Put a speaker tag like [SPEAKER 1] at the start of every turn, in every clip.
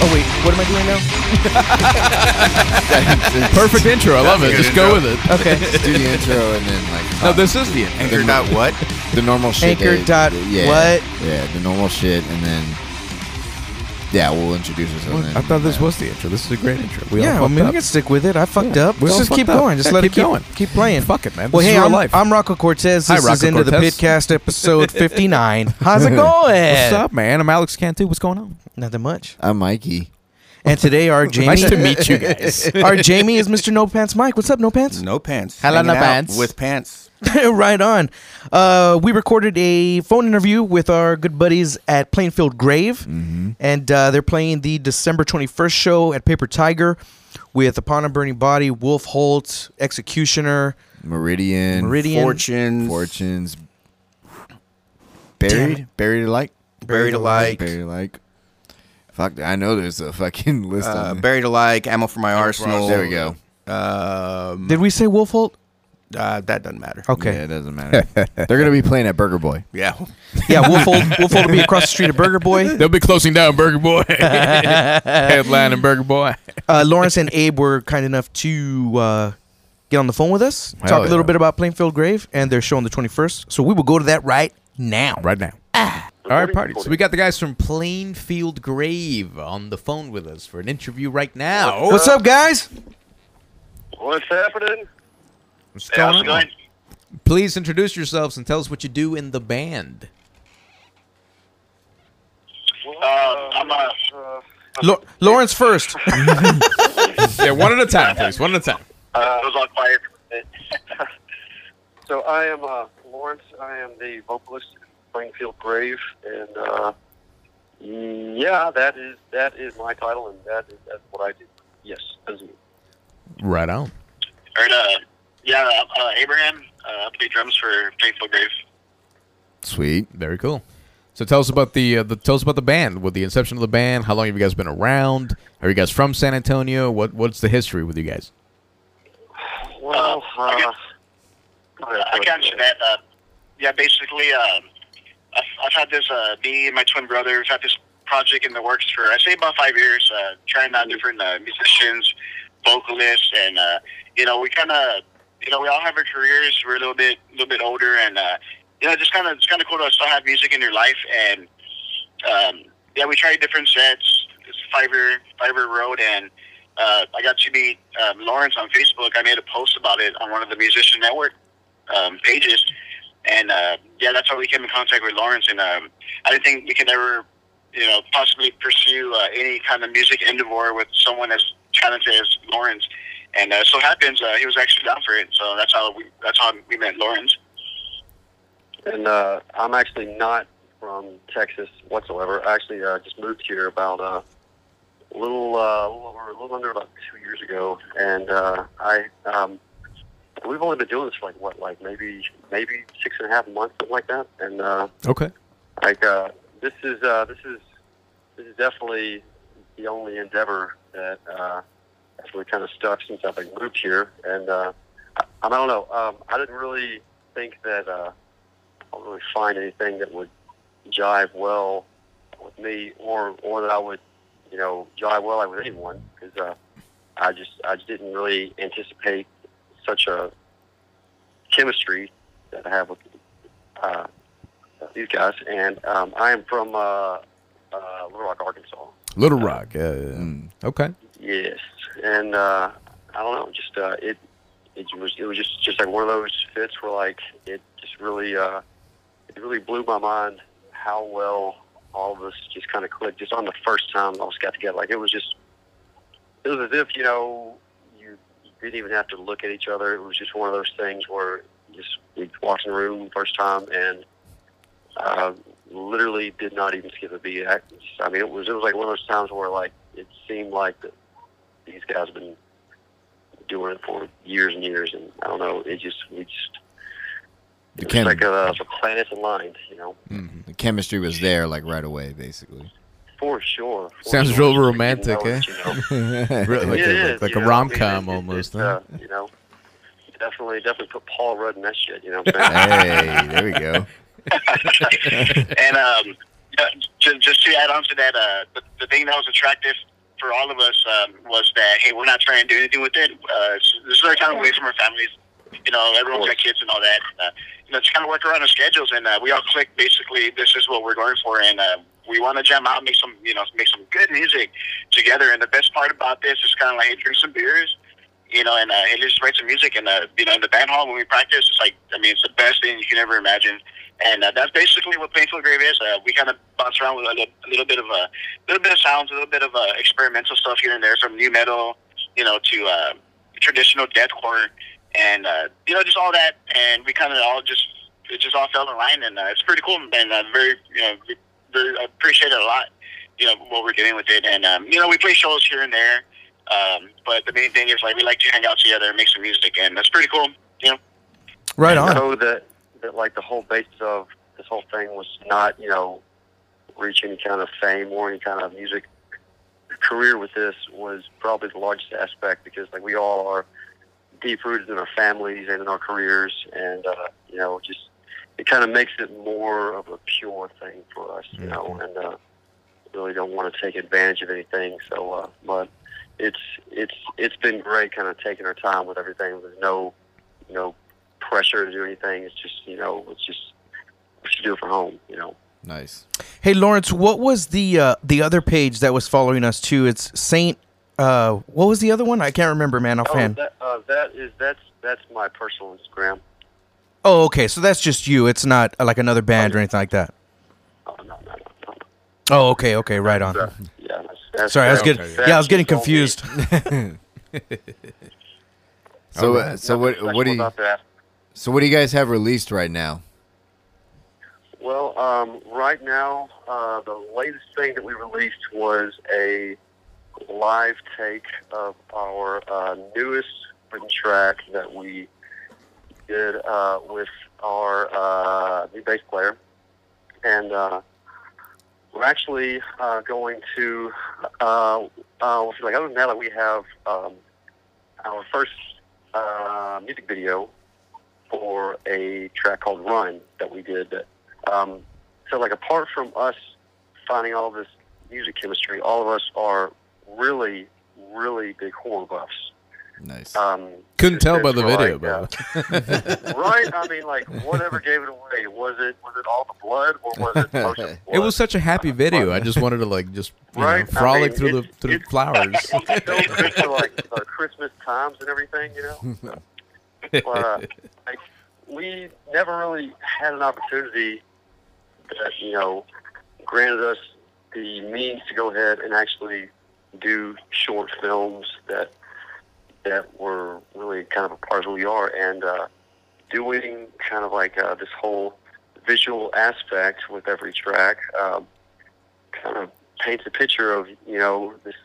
[SPEAKER 1] Oh wait, what am I doing now?
[SPEAKER 2] Perfect intro. I love
[SPEAKER 3] That's
[SPEAKER 2] it.
[SPEAKER 3] a good
[SPEAKER 2] Just go
[SPEAKER 3] intro.
[SPEAKER 2] with it.
[SPEAKER 1] Okay.
[SPEAKER 3] Do the intro and then like
[SPEAKER 2] No, this is the intro.
[SPEAKER 3] anchor dot what?
[SPEAKER 4] The normal shit.
[SPEAKER 1] Anchor dot
[SPEAKER 4] that- yeah,
[SPEAKER 1] what?
[SPEAKER 4] Yeah, the normal shit, and then yeah, we'll introduce ourselves. and
[SPEAKER 2] I thought this
[SPEAKER 4] then-
[SPEAKER 2] was the intro. This is a great intro. We
[SPEAKER 1] yeah,
[SPEAKER 2] all
[SPEAKER 1] I
[SPEAKER 2] fucked
[SPEAKER 1] mean,
[SPEAKER 2] up.
[SPEAKER 1] we can stick with it. I fucked
[SPEAKER 2] Yeah,
[SPEAKER 1] up.
[SPEAKER 2] we
[SPEAKER 1] Let's
[SPEAKER 2] all
[SPEAKER 1] just keep
[SPEAKER 2] fucked up.
[SPEAKER 1] going. Just
[SPEAKER 2] Yeah,
[SPEAKER 1] let
[SPEAKER 2] keep
[SPEAKER 1] it keep
[SPEAKER 2] going.
[SPEAKER 1] Keep playing.
[SPEAKER 2] Fuck it, man.
[SPEAKER 1] Well,
[SPEAKER 2] This
[SPEAKER 1] hey,
[SPEAKER 2] is real
[SPEAKER 1] I'm,
[SPEAKER 2] life.
[SPEAKER 1] I'm Rocco Cortez.
[SPEAKER 2] Hi,
[SPEAKER 1] This is
[SPEAKER 2] Rocco
[SPEAKER 1] into the
[SPEAKER 2] Cortez.
[SPEAKER 1] Pitcast episode 59. How's it going?
[SPEAKER 2] What's up, man? I'm Alex Cantu. What's going on?
[SPEAKER 1] Nothing much.
[SPEAKER 4] I'm Mikey.
[SPEAKER 1] And today our Jamie
[SPEAKER 2] Nice to meet you guys.
[SPEAKER 1] our Jamie is Mr. No Pants Mike. What's up, No Pants?
[SPEAKER 3] No pants.
[SPEAKER 4] Hello, no
[SPEAKER 3] Hanging out
[SPEAKER 4] pants.
[SPEAKER 3] With pants.
[SPEAKER 1] right on. Uh, we recorded a phone interview with our good buddies at Plainfield Grave,
[SPEAKER 4] Mm-hmm.
[SPEAKER 1] and uh, they're playing the December 21st show at Paper Tiger with Upon a Burning Body, Wolf Holt, Executioner,
[SPEAKER 4] Meridian.
[SPEAKER 1] Meridian,
[SPEAKER 3] Fortunes.
[SPEAKER 4] Fortunes. Buried. Buried alike.
[SPEAKER 3] Buried alike.
[SPEAKER 4] Buried alike. Fuck, I know there's a fucking list
[SPEAKER 3] Uh,
[SPEAKER 4] on there.
[SPEAKER 3] buried alike. Ammo for my arsenal.
[SPEAKER 4] There we go.
[SPEAKER 3] Um,
[SPEAKER 1] Did we say Wolf Holt?
[SPEAKER 3] uh, that doesn't matter.
[SPEAKER 1] Okay.
[SPEAKER 4] Mm. Yeah, it doesn't matter. They're gonna be playing at Burger Boy.
[SPEAKER 3] Yeah.
[SPEAKER 1] Yeah, Wolf Holt, Wolf Holt will be across the street at Burger Boy.
[SPEAKER 2] They'll be closing down Burger Boy. Headline and Burger Boy.
[SPEAKER 1] Uh, Lawrence and Abe were kind enough to uh, get on the phone with us, talk
[SPEAKER 4] Hell
[SPEAKER 1] a little
[SPEAKER 4] yeah.
[SPEAKER 1] bit about Plainfield Grave and their show on the 21st. So we will go to that right now.
[SPEAKER 2] Right now. Ah. All right, party. So we got the guys from Plainfield Grave on the phone with us for an interview right now.
[SPEAKER 1] What's up, guys?
[SPEAKER 5] What's happening?
[SPEAKER 2] What's
[SPEAKER 5] How's
[SPEAKER 2] going
[SPEAKER 5] it
[SPEAKER 2] on?
[SPEAKER 5] going?
[SPEAKER 2] Please introduce yourselves and tell us what you do in the band.
[SPEAKER 5] Uh, I'm a,
[SPEAKER 1] Lo- Lawrence first.
[SPEAKER 2] Yeah, one at a time, please. One at a time.
[SPEAKER 5] I uh, was on fire for a minute. so I am uh, Lawrence. I am the vocalist in Springfield Grave, and uh, yeah, that is that is my title, and that is that's what I do. Yes, that's me.
[SPEAKER 2] Right on.
[SPEAKER 5] Heard, uh, yeah, uh, Abraham. Uh, I play drums for Faithful Grave.
[SPEAKER 4] Sweet.
[SPEAKER 2] Very cool. So tell us about the, uh, the tell us about the band. With the inception of the band, how long have you guys been around? Are you guys from San Antonio? What what's the history with you guys?
[SPEAKER 5] Well,
[SPEAKER 6] Uh, I guess- Uh, I can answer that. Uh, yeah, basically, um, I've, I've had this, uh, me and my twin brother, we've had this project in the works for, I'd say, about five years, uh, trying out different uh, musicians, vocalists, and, uh, you know, we kind of, you know, we all have our careers. We're a little bit, a little bit older, and, uh, you know, just kind of, it's kind of cool to still have music in your life. And, um, yeah, we tried different sets, it's five year, five year road, and, uh, I got to meet um, Lawrence on Facebook. I made a post about it on one of the musician network um, pages, and uh, yeah, that's how we came in contact with Lawrence. And um, I didn't think we could ever, you know, possibly pursue uh, any kind of music endeavor with someone as talented as Lawrence. And uh, so happens uh, he was actually down for it. So that's how we that's how we met Lawrence.
[SPEAKER 5] And uh, I'm actually not from Texas whatsoever. I actually uh, just moved here about uh, a little, uh, a little over, a little under about two years ago, and uh, I um, we've only been doing this for like what, like maybe maybe six and a half months, something like that. And uh,
[SPEAKER 2] Okay.
[SPEAKER 5] like uh, this is uh, this is this is definitely the only endeavor that uh, has really kind of stuck since I've been grouped here, and uh, I, I don't know. Um, I didn't really think that uh, I'll really find anything that would jive well with me, or or that I would, you know, jive well with anyone, because uh, I just I just didn't really anticipate such a chemistry that I have with. Uh, these guys, and um, I am from uh, uh, Little Rock, Arkansas.
[SPEAKER 2] Little Rock. Uh,
[SPEAKER 4] Mm.
[SPEAKER 2] Okay.
[SPEAKER 5] Yes, and uh, I don't know, just uh, it it was it was just just like one of those fits where like it just really uh, it really blew my mind how well all of us just kind of clicked just on the first time all of us got together. Like it was just it was as if you know you, you didn't even have to look at each other. It was just one of those things where you just we walked in the room first time and uh, literally did not even skip a beat. I, I mean, it was it was like one of those times where like it seemed like that these guys have been doing it for years and years, and I don't know. It just we just
[SPEAKER 4] The,
[SPEAKER 5] it's
[SPEAKER 4] chem-
[SPEAKER 5] like uh, the planets aligned, you know,
[SPEAKER 4] the chemistry was there like right away, basically.
[SPEAKER 5] for sure. For
[SPEAKER 2] Sounds
[SPEAKER 5] sure.
[SPEAKER 2] real
[SPEAKER 5] You know
[SPEAKER 2] romantic,
[SPEAKER 5] it,
[SPEAKER 2] eh?
[SPEAKER 5] you know?
[SPEAKER 2] Really, like
[SPEAKER 5] It
[SPEAKER 2] a, like,
[SPEAKER 5] is,
[SPEAKER 2] like
[SPEAKER 5] you
[SPEAKER 2] a
[SPEAKER 5] know, I
[SPEAKER 2] rom
[SPEAKER 5] mean,
[SPEAKER 2] com
[SPEAKER 5] it- it-
[SPEAKER 2] almost.
[SPEAKER 5] it's,
[SPEAKER 2] huh?
[SPEAKER 5] uh, you know, definitely, definitely put Paul Rudd in that shit. You know, what I'm saying?
[SPEAKER 4] hey, there we go.
[SPEAKER 6] and um, uh, just, just to add on to that, uh, the, the thing that was attractive for all of us um, was that hey, we're not trying to do anything with it. Uh, it's- this is our time away from our families. You know, everyone's got kids and all that. Uh, you know, just kind of work around our schedules, and uh, we all click. Basically, this is what we're going for, and uh, we want to jam out, and make some, you know, make some good music together. And the best part about this is kind of like hey, drink some beers. You know, and uh, hey, let's write some music. And uh, you know, in the band hall when we practice, it's like I mean, it's the best thing you can ever imagine and uh, that's basically what Painful Grave is. Uh, we kind of bounce around with a little, a little bit of a little bit of sounds, a little bit of uh, experimental stuff here and there, from new metal, you know, to uh, traditional deathcore, and uh, you know, just all that. And we kind of all just it just all fell in line, and uh, it's pretty cool. And uh, very, you know, we- very, I appreciate it a lot. You know what we're doing with it, and um, you know, we play shows here and there. Um, but the main thing is like we like to hang out together and make some music, and that's pretty cool. You know.
[SPEAKER 1] Right on.
[SPEAKER 5] know that, that like the whole basis of this whole thing was not, you know, reach any kind of fame or any kind of music career with this was probably the largest aspect because like we all are deep rooted in our families and in our careers and uh, you know just it kind of makes it more of a pure thing for us you
[SPEAKER 1] Mm-hmm.
[SPEAKER 5] know and uh, really don't want to take advantage of anything so uh, but it's it's it's been great kind of taking our time with everything there's no you know pressure to do anything it's just you know it's just we should do it from home you know
[SPEAKER 4] Nice.
[SPEAKER 1] Hey Lawrence, what was the uh, the other page that was following us too? It's Saint. Uh, what was the other one? I can't remember, man.
[SPEAKER 5] Oh,
[SPEAKER 1] Offhand.
[SPEAKER 5] that, uh, that is that's that's my personal Instagram.
[SPEAKER 1] Oh, okay. So that's just you. It's not uh, like another band or anything like that.
[SPEAKER 5] Oh, no, no, no, no.
[SPEAKER 1] Oh, okay, okay, right on.
[SPEAKER 5] Yeah, that's, that's
[SPEAKER 1] Sorry, I was
[SPEAKER 5] that's-
[SPEAKER 1] getting
[SPEAKER 5] that's
[SPEAKER 1] yeah, I was getting
[SPEAKER 5] just all me.
[SPEAKER 1] confused.
[SPEAKER 4] So uh, so what
[SPEAKER 5] Nothing
[SPEAKER 4] what do
[SPEAKER 5] special
[SPEAKER 4] you,
[SPEAKER 5] about that.
[SPEAKER 4] so what do you guys have released right now?
[SPEAKER 5] Well, um, right now, uh, the latest thing that we released was a live take of our uh, newest written track that we did uh, with our uh, new bass player. And uh, we're actually uh, going to, uh, uh, like, other than that, like, we have um, our first uh, music video for a track called Run that we did that um, so, like, apart from us finding all this music chemistry, all of us are really, really big horn buffs.
[SPEAKER 4] Nice.
[SPEAKER 5] Um,
[SPEAKER 2] Couldn't tell by
[SPEAKER 5] it's
[SPEAKER 2] the
[SPEAKER 5] like,
[SPEAKER 2] video,
[SPEAKER 5] uh,
[SPEAKER 2] but
[SPEAKER 5] right? I mean, like, whatever gave it away was it was it all the blood or was it most of the
[SPEAKER 2] it was
[SPEAKER 5] blood?
[SPEAKER 2] such a happy video. I just wanted to like just you know,
[SPEAKER 5] Right, I mean,
[SPEAKER 2] frolic through the
[SPEAKER 5] it's-
[SPEAKER 2] through the
[SPEAKER 5] it's-
[SPEAKER 2] flowers.
[SPEAKER 5] so good for like uh, Christmas times and everything, you know. But uh, like, we never really had an opportunity that you know granted us the means to go ahead and actually do short films that that were really kind of a part of who we are and uh, doing kind of like uh, this whole visual aspect with every track um, kind of paints a picture of you know this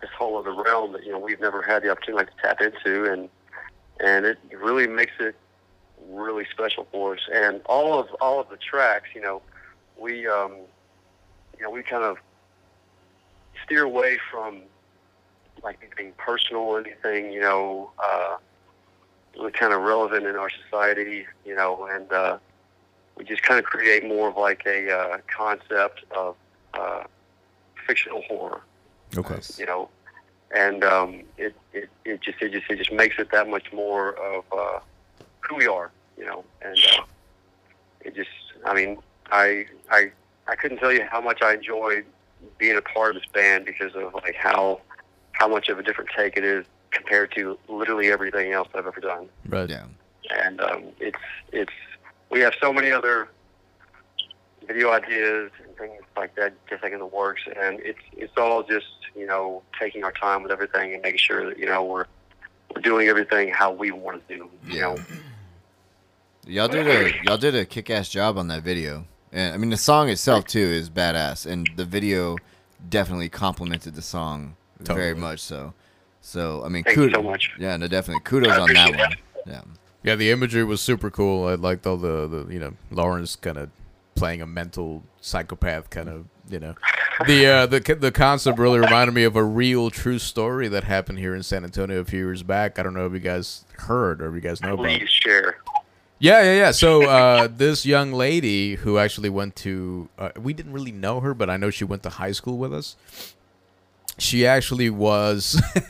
[SPEAKER 5] this whole other realm that you know we've never had the opportunity to tap into, and and it really makes it really special for us. And all of all of the tracks, you know, we um, you know we kind of steer away from like anything personal, anything you know, uh, really kind of relevant in our society, you know, and uh, we just kind of create more of like a uh, concept of uh, fictional horror
[SPEAKER 2] okay.
[SPEAKER 5] you know, and um, it, it it just it just it just makes it that much more of uh, who we are, you know, and uh, it just I mean I I I couldn't tell you how much I enjoyed being a part of this band because of like how how much of a different take it is compared to literally everything else I've ever done
[SPEAKER 2] Right.
[SPEAKER 4] yeah.
[SPEAKER 5] and um, it's it's we have so many other video ideas and things like that just like in the works and it's it's all just you know taking our time with everything and making sure that you know we're we're doing everything how we want to do you know
[SPEAKER 4] Y'all did a y'all did a kick ass job on that video. And I mean the song itself too is badass and the video definitely complemented the song very
[SPEAKER 2] Totally.
[SPEAKER 4] much so. So I mean
[SPEAKER 5] Thank you
[SPEAKER 4] kudos
[SPEAKER 5] so much.
[SPEAKER 4] Yeah, no definitely kudos
[SPEAKER 6] I
[SPEAKER 4] on that
[SPEAKER 6] appreciate
[SPEAKER 4] one. Yeah.
[SPEAKER 2] Yeah, the imagery was super cool. I liked all the, the you know Lawrence kind of playing a mental psychopath kind of you know the uh, the c- the concept really reminded me of a real true story that happened here in San Antonio a few years back. I don't know if you guys heard or if you guys know about.
[SPEAKER 5] please
[SPEAKER 2] it.
[SPEAKER 5] share
[SPEAKER 2] Yeah, yeah, yeah. So uh, this young lady who actually went to, uh, we didn't really know her, but I know she went to high school with us. She actually was,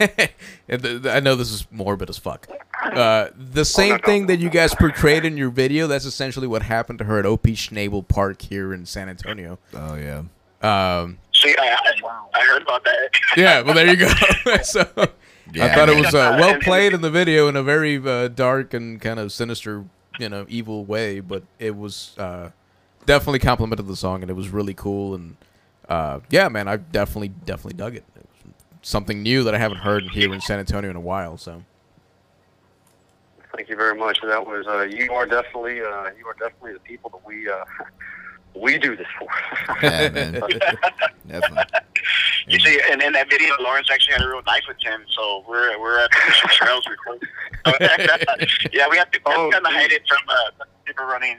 [SPEAKER 2] and th- th- I know this is morbid as fuck. Uh, the same thing that you guys portrayed in your video, that's essentially what happened to her at OP Schnabel Park here in San Antonio.
[SPEAKER 4] Oh yeah.
[SPEAKER 2] Um,
[SPEAKER 6] See, I, I, I heard about that.
[SPEAKER 2] yeah, well, there you go. so I
[SPEAKER 4] Yeah.
[SPEAKER 2] thought it was uh, well played in the video in a very uh, dark and kind of sinister, you know, evil way, but it was uh, definitely complimented the song and it was really cool. And uh, yeah, man, I definitely, definitely dug it. It was something new that I haven't heard here in San Antonio in a while. So
[SPEAKER 5] Thank you very much. That was uh, you are definitely uh, you are definitely the people that we uh, we do this for.
[SPEAKER 4] Yeah, man. Definitely.
[SPEAKER 6] You see, and in that video, Lawrence actually had a real knife with him, so we're we're at the Mission Trails recording. yeah, we have to
[SPEAKER 5] Oh,
[SPEAKER 6] kind of
[SPEAKER 5] dude.
[SPEAKER 6] hide it from uh, people running.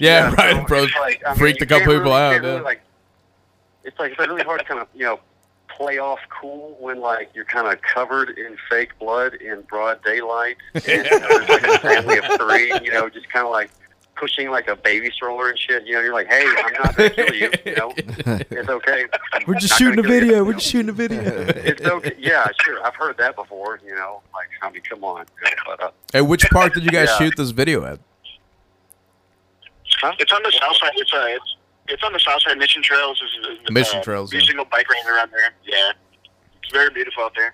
[SPEAKER 2] yeah,
[SPEAKER 5] Yeah,
[SPEAKER 2] right, bro.
[SPEAKER 5] It's like, I mean,
[SPEAKER 2] freaked
[SPEAKER 5] you
[SPEAKER 2] a couple
[SPEAKER 5] can't
[SPEAKER 2] people
[SPEAKER 5] really- you
[SPEAKER 2] out.
[SPEAKER 5] can't really,
[SPEAKER 2] yeah.
[SPEAKER 5] like, it's like it's really hard to kind of you know play off cool when like you're kind of covered in fake blood in broad daylight, and you know, there's like a family of three, you know, just kind of like pushing like a baby stroller and shit. You know, you're like, hey, I'm not gonna kill you. You know, it's okay. I'm
[SPEAKER 1] We're just
[SPEAKER 5] not
[SPEAKER 1] shooting a
[SPEAKER 5] gonna kill you,
[SPEAKER 1] video.
[SPEAKER 5] you
[SPEAKER 1] We're
[SPEAKER 5] know?
[SPEAKER 1] just shooting a video.
[SPEAKER 5] It's okay. Yeah, sure. I've heard that before. You know, like I mean, come on. But, uh,
[SPEAKER 2] Hey, which park did you guys
[SPEAKER 5] Yeah.
[SPEAKER 2] shoot this video at?
[SPEAKER 5] huh?
[SPEAKER 6] It's on the south side. It's uh, it's, it's on the south side. Mission Trails is, is
[SPEAKER 2] Mission
[SPEAKER 6] uh,
[SPEAKER 2] Trails,
[SPEAKER 6] Every
[SPEAKER 2] yeah.
[SPEAKER 6] single bike lane around there. Yeah, it's very beautiful out there.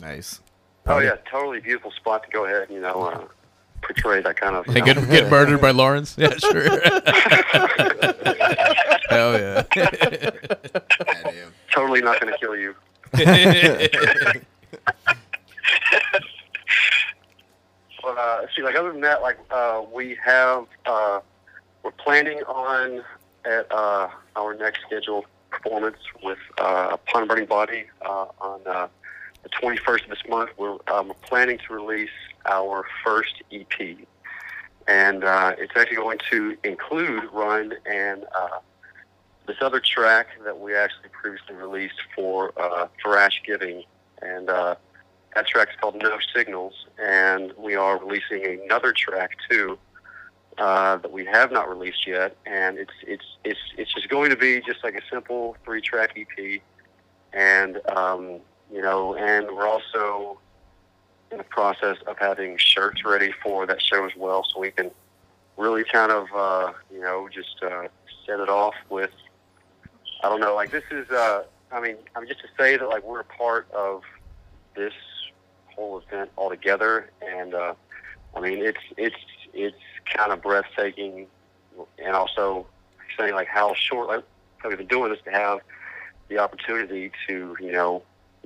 [SPEAKER 4] Nice.
[SPEAKER 5] Oh yeah, totally beautiful spot to go ahead. You know, uh, portray that kind of. you
[SPEAKER 2] Hey,
[SPEAKER 5] know,
[SPEAKER 2] get, get murdered by Lawrence? Yeah, sure. Hell yeah.
[SPEAKER 4] Goddamn.
[SPEAKER 5] totally not going to kill you. But uh, see, like other than that, like uh, we have, uh, we're planning on at uh, our next scheduled performance with uh, Upon Burning Body uh, on uh, the 21st of this month. We're, um, we're planning to release our first EP, and uh, it's actually going to include Run and uh, this other track that we actually previously released for uh, Thrash Giving, and. Uh, that track's called No Signals, and we are releasing another track too uh, that we have not released yet, and it's it's it's it's just going to be just like a simple three-track EP, and um, you know, and we're also in the process of having shirts ready for that show as well, so we can really kind of uh, you know just uh, set it off with I don't know, like this is uh, I mean I mean just to say that like we're a part of this whole event altogether. And uh, I mean, it's it's it's kind of breathtaking, and also saying like how short like how we've been doing this to have the opportunity to you know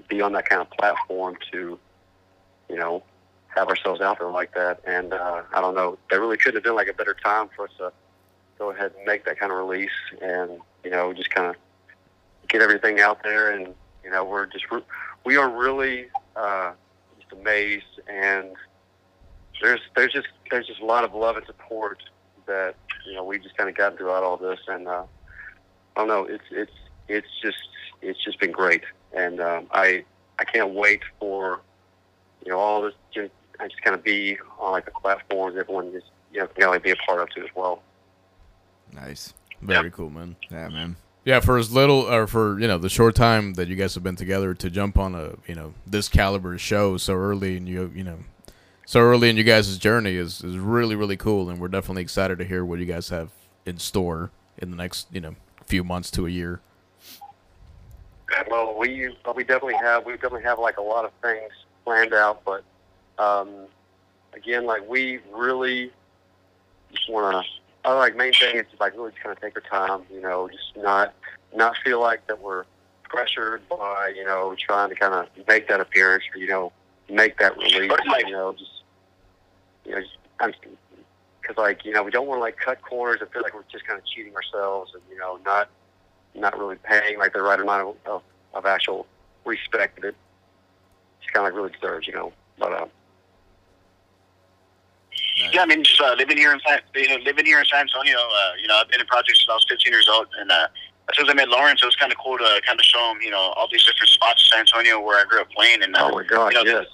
[SPEAKER 5] be on that kind of platform to you know have ourselves out there like that. And uh, I don't know, there really couldn't have been like a better time for us to go ahead and make that kind of release, and you know just kind of get everything out there and you know we're just re- we are really uh, just amazed and there's there's just there's just a lot of love and support that you know we just kind of gotten throughout all this and uh, I don't know it's it's it's just it's just been great and um, I I can't wait for you know all this just, I just kind of be on like the platforms everyone just you know can like be a part of too as well.
[SPEAKER 4] Nice.
[SPEAKER 2] Very cool, man.
[SPEAKER 4] Yeah, man.
[SPEAKER 2] Yeah, for as little or for you know the short time that you guys have been together to jump on a you know this caliber show so early in you you know so early in you guys' journey is is really really cool, and we're definitely excited to hear what you guys have in store in the next you know few months to a year.
[SPEAKER 5] Well, we we definitely have we definitely have like a lot of things planned out, but um, again, like we really just want to. Our like main thing is just like really just kind of take our time, you know, just not not feel like that we're pressured by you know trying to kind of make that appearance or you know make that release, you know, just you know, just, I'm because like you know we don't want to like cut corners and feel like we're just kind of cheating ourselves and you know not not really paying like the right amount of, of, of actual respect that it's kind of like really deserves, you know. But uh,
[SPEAKER 6] Yeah, I mean, just uh, living here in San, you know, living here in San Antonio. Uh, you know, I've been in projects since I was 15 years old, and uh, as soon as I met Lawrence, it was kind of cool to kind of show him, you know, all these different spots in San Antonio where I grew up playing, and uh,
[SPEAKER 5] oh my God,
[SPEAKER 6] you know,
[SPEAKER 5] yes,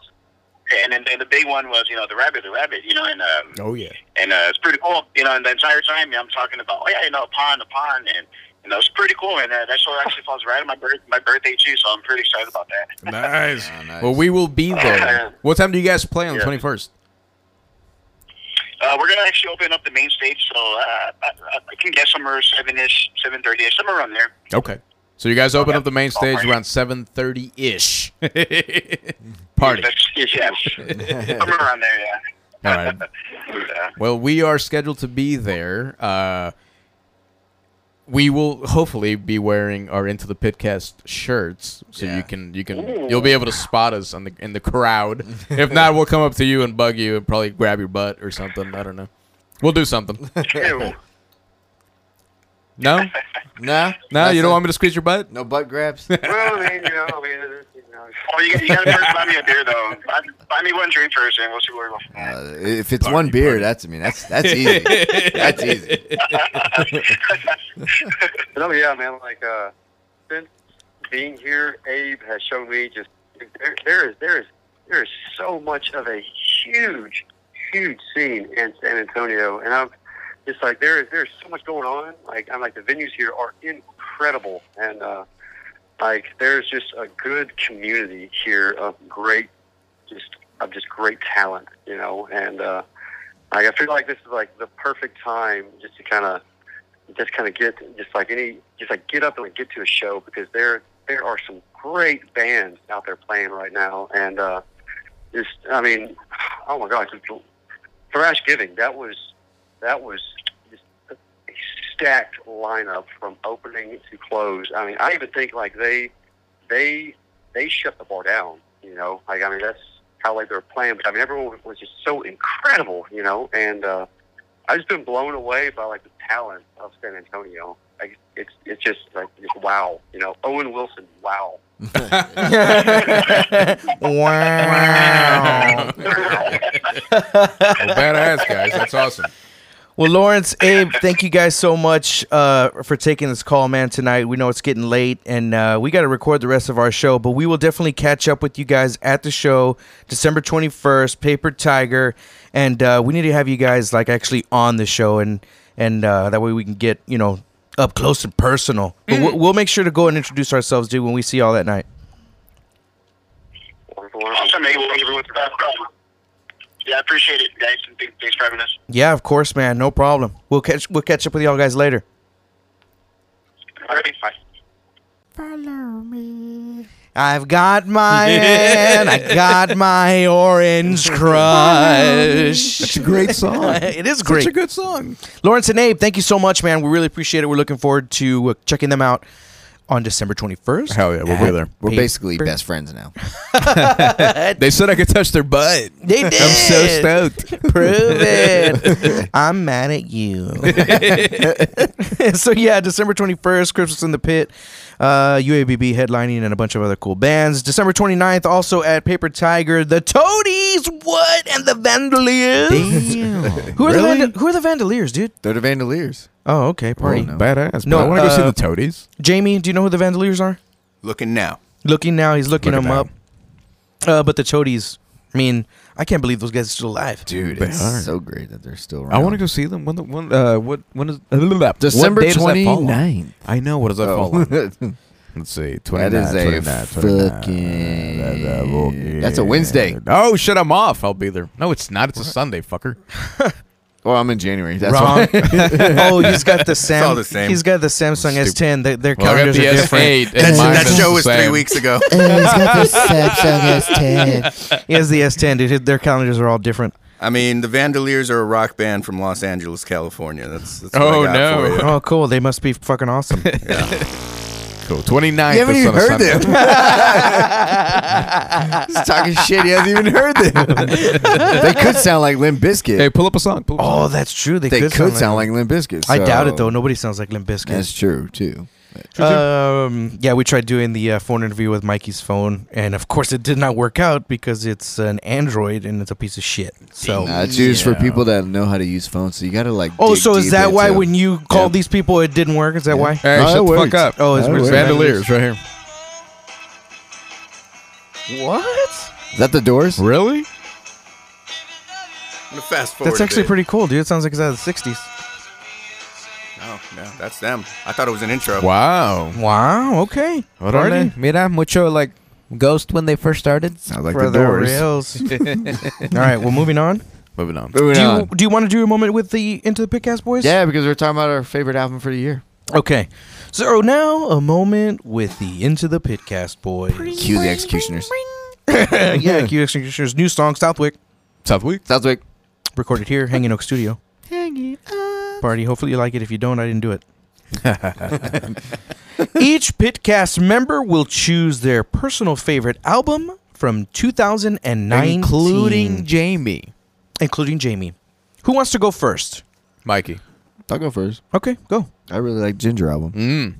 [SPEAKER 6] and then and the big one was you know the rabbit, the rabbit, you know, and um,
[SPEAKER 2] Oh yeah.
[SPEAKER 6] and uh, it's pretty cool. You know, and the entire time yeah, I'm talking about, oh yeah, you know, a pond, a pond, and you know, it's pretty cool. And uh, that show actually falls right on my birth, my birthday too, so I'm pretty excited about that.
[SPEAKER 2] Nice.
[SPEAKER 4] Oh, nice.
[SPEAKER 2] Well, we will be there. What time do you guys play on the
[SPEAKER 6] Yeah.
[SPEAKER 2] twenty first?
[SPEAKER 6] Uh, we're gonna actually open up the main stage, so uh, I, I- I can guess somewhere seven ish, seven thirty ish, somewhere around there.
[SPEAKER 2] Okay. So you guys open up the main
[SPEAKER 6] All
[SPEAKER 2] stage
[SPEAKER 6] right.
[SPEAKER 2] around seven thirty ish. Party.
[SPEAKER 6] That's, yeah, somewhere around there. Yeah.
[SPEAKER 2] All right.
[SPEAKER 6] Yeah.
[SPEAKER 2] Well, we are scheduled to be there. Uh, we will hopefully be wearing our Into the Pitcast shirts, so
[SPEAKER 4] Yeah.
[SPEAKER 2] you can you can you'll be able to spot us on the in the crowd. if not, we'll come up to you and bug you and probably grab your butt or something. I don't know. We'll do something.
[SPEAKER 6] Ew.
[SPEAKER 2] No,
[SPEAKER 4] Nah,
[SPEAKER 2] no,
[SPEAKER 4] that's
[SPEAKER 2] you don't
[SPEAKER 4] it.
[SPEAKER 2] want me to squeeze your butt.
[SPEAKER 4] No butt grabs. Uh,
[SPEAKER 5] well, I mean, you know, I mean, you know,
[SPEAKER 6] Oh, you, you gotta first buy me a beer though. Buy, buy me one drink first, and we'll see where we go from there.
[SPEAKER 4] Uh, if it's one beer, that's I mean that's that's easy. that's easy.
[SPEAKER 5] But oh yeah, man. Like uh, since being here, Abe has shown me just there, there is there is there is so much of a huge, huge scene in San Antonio, and I'm just like there is there's so much going on. Like I'm like the venues here are incredible, and uh, like there's just a good community here of great, just of just great talent, you know, and uh, like I feel like this is like the perfect time just to kind of just kind of get just like any just like get up and like get to a show because there there are some great bands out there playing right now and uh just I mean oh my gosh just- thrash giving that was that was just a stacked lineup from opening to close I mean I even think like they they they shut the bar down you know like I mean that's how like they were playing but I mean everyone was just so incredible you know and uh I've just been blown away by like the talent of San Antonio. Like it's it's just like it's wow, you know. Owen Wilson, wow.
[SPEAKER 1] wow.
[SPEAKER 2] Well, badass guys, that's awesome.
[SPEAKER 1] Well, Lawrence, Abe, thank you guys so much uh, for taking this call, man, tonight. We know it's getting late, and uh, we got to record the rest of our show, but we will definitely catch up with you guys at the show December 21st, Paper Tiger, and uh, we need to have you guys, like, actually on the show, and, and uh, that way we can get, you know, up close and personal. But we'll, we'll make sure to go and introduce ourselves, dude, when we see y'all that night.
[SPEAKER 5] Wonderful, wonderful.
[SPEAKER 6] Awesome, Abel. Thank you for that. Yeah, I appreciate it, guys. and thank- Thanks for having us.
[SPEAKER 1] Yeah, of course, man. No problem. We'll catch, we'll catch up with y'all guys later.
[SPEAKER 6] All right, bye.
[SPEAKER 1] I've got my man, I got my orange crush.
[SPEAKER 7] It's a great song.
[SPEAKER 1] it is great.
[SPEAKER 7] Such a good song.
[SPEAKER 1] Lawrence and Abe, thank you so much, man. We really appreciate it. We're looking forward to uh, checking them out on December 21st.
[SPEAKER 2] Hell yeah, we'll be there.
[SPEAKER 4] We're
[SPEAKER 1] Paper.
[SPEAKER 4] basically best friends now.
[SPEAKER 2] They said I could touch their butt.
[SPEAKER 1] They did.
[SPEAKER 2] I'm so stoked.
[SPEAKER 1] Prove it. I'm mad at you. so yeah, December 21st, Christmas in the Pit, uh, UABB headlining and a bunch of other cool bands. December 29th, also at Paper Tiger, the Toadies, what, and the Vandaliers. Who are the Vanda- Who are the Vandaliers, dude?
[SPEAKER 4] They're the Vandaliers.
[SPEAKER 1] Oh, okay, party.
[SPEAKER 2] Badass.
[SPEAKER 1] No,
[SPEAKER 2] No, I want to go see
[SPEAKER 1] uh,
[SPEAKER 2] the Toadies.
[SPEAKER 1] Jamie, do you know who the Vandaliers are?
[SPEAKER 3] Looking now.
[SPEAKER 1] Looking now, he's looking
[SPEAKER 2] Looking
[SPEAKER 1] them up. Uh, but the Toadies, I mean, I can't believe those guys are still alive.
[SPEAKER 4] Dude,
[SPEAKER 2] They
[SPEAKER 4] it's
[SPEAKER 2] are.
[SPEAKER 4] so great that they're still around.
[SPEAKER 2] I want to go see them. When the when uh what when is what
[SPEAKER 4] December
[SPEAKER 2] day does that fall on?
[SPEAKER 4] 29th.
[SPEAKER 2] I know what does that fall on?
[SPEAKER 4] Oh.
[SPEAKER 2] Let's see. 29,
[SPEAKER 4] That is a
[SPEAKER 2] 29, 29. That's a
[SPEAKER 4] fucking-
[SPEAKER 2] fucking-
[SPEAKER 4] That's a Wednesday.
[SPEAKER 2] Oh shit, I'm off. I'll be there. No, it's not. It's a Sunday, fucker.
[SPEAKER 4] Well, I'm in January. That's
[SPEAKER 1] Wrong.
[SPEAKER 4] why.
[SPEAKER 1] oh, he's got the Sam.
[SPEAKER 3] all the same.
[SPEAKER 1] He's got the Samsung
[SPEAKER 2] Stupid.
[SPEAKER 1] S10. Their, their
[SPEAKER 2] Well, I got
[SPEAKER 1] calendars
[SPEAKER 2] the
[SPEAKER 1] are different.
[SPEAKER 2] S8. and
[SPEAKER 3] That,
[SPEAKER 2] mine
[SPEAKER 3] that
[SPEAKER 2] is
[SPEAKER 3] show
[SPEAKER 2] the
[SPEAKER 3] was three
[SPEAKER 2] same.
[SPEAKER 3] weeks ago.
[SPEAKER 1] He has the S10, dude. Their calendars are all different.
[SPEAKER 3] I mean, the Vandaliers are a rock band from Los Angeles, California. That's, that's what
[SPEAKER 2] Oh,
[SPEAKER 3] I got
[SPEAKER 2] no.
[SPEAKER 3] For you.
[SPEAKER 1] Oh, cool. They must be fucking awesome.
[SPEAKER 2] Cool. 29th.
[SPEAKER 4] You haven't
[SPEAKER 2] is
[SPEAKER 4] even
[SPEAKER 2] on a
[SPEAKER 4] heard
[SPEAKER 2] Sunday.
[SPEAKER 4] them. He's talking shit. You haven't even heard them. they could sound like Limp Bizkit.
[SPEAKER 2] Hey, pull up a song. Pull up a song.
[SPEAKER 1] oh, that's true. They,
[SPEAKER 4] they could sound,
[SPEAKER 1] like.
[SPEAKER 4] like Limp Bizkit.
[SPEAKER 1] I doubt it
[SPEAKER 4] so
[SPEAKER 1] though. Nobody sounds like Limp Bizkit.
[SPEAKER 4] That's true too.
[SPEAKER 1] Um, yeah, we tried doing the uh, phone interview with Mikey's phone, and of course, it did not work out because it's an Android and it's a piece of shit. So,
[SPEAKER 4] Nah, it's used for people that know how to use phones. So you gotta like.
[SPEAKER 1] oh,
[SPEAKER 4] dig
[SPEAKER 1] so is
[SPEAKER 4] deep
[SPEAKER 1] that why
[SPEAKER 4] into-
[SPEAKER 1] when you called
[SPEAKER 4] Yeah.
[SPEAKER 1] these people, it didn't work? Is that why?
[SPEAKER 2] Hey,
[SPEAKER 4] Oh,
[SPEAKER 2] shut
[SPEAKER 4] it
[SPEAKER 2] the
[SPEAKER 4] works.
[SPEAKER 2] fuck up.
[SPEAKER 1] Oh, it's
[SPEAKER 4] Oh,
[SPEAKER 1] weird.
[SPEAKER 4] it
[SPEAKER 2] Vandaliers right here.
[SPEAKER 1] What?
[SPEAKER 4] Is that the Doors?
[SPEAKER 2] Really?
[SPEAKER 3] gonna fast forward.
[SPEAKER 1] That's
[SPEAKER 3] a
[SPEAKER 1] actually
[SPEAKER 3] bit.
[SPEAKER 1] pretty cool, dude. It sounds like it's out of the 60s.
[SPEAKER 3] Oh, no, that's them. I thought it was an intro.
[SPEAKER 2] Wow.
[SPEAKER 1] Wow, okay. Already.
[SPEAKER 2] Mira, mucho like Ghost when they first started.
[SPEAKER 3] Sounds like
[SPEAKER 1] For
[SPEAKER 3] the Doors.
[SPEAKER 1] rails. All right, well, moving on.
[SPEAKER 2] Moving on.
[SPEAKER 1] Do you, do you want to do a moment with the Into the Pickass Boys?
[SPEAKER 4] Yeah, because we're talking about our favorite album for the year.
[SPEAKER 1] Okay. So now a moment with the Into the Pitcast Boys.
[SPEAKER 4] Cue the Executioners.
[SPEAKER 1] yeah, Q Extinguisher's new song, Southwick,
[SPEAKER 2] Tough week.
[SPEAKER 4] Sounds like
[SPEAKER 1] recorded here, Hanging Oak Studio. Hanging Oak. Party, hopefully you like it. If you don't, I didn't do it. Each Pitcast member will choose their personal favorite album from 2019,
[SPEAKER 2] Including Jamie.
[SPEAKER 1] including Jamie. Who wants to go first?
[SPEAKER 2] Mikey.
[SPEAKER 4] I'll go first.
[SPEAKER 1] Okay, go.
[SPEAKER 4] I really like Ginger album.
[SPEAKER 2] Mm.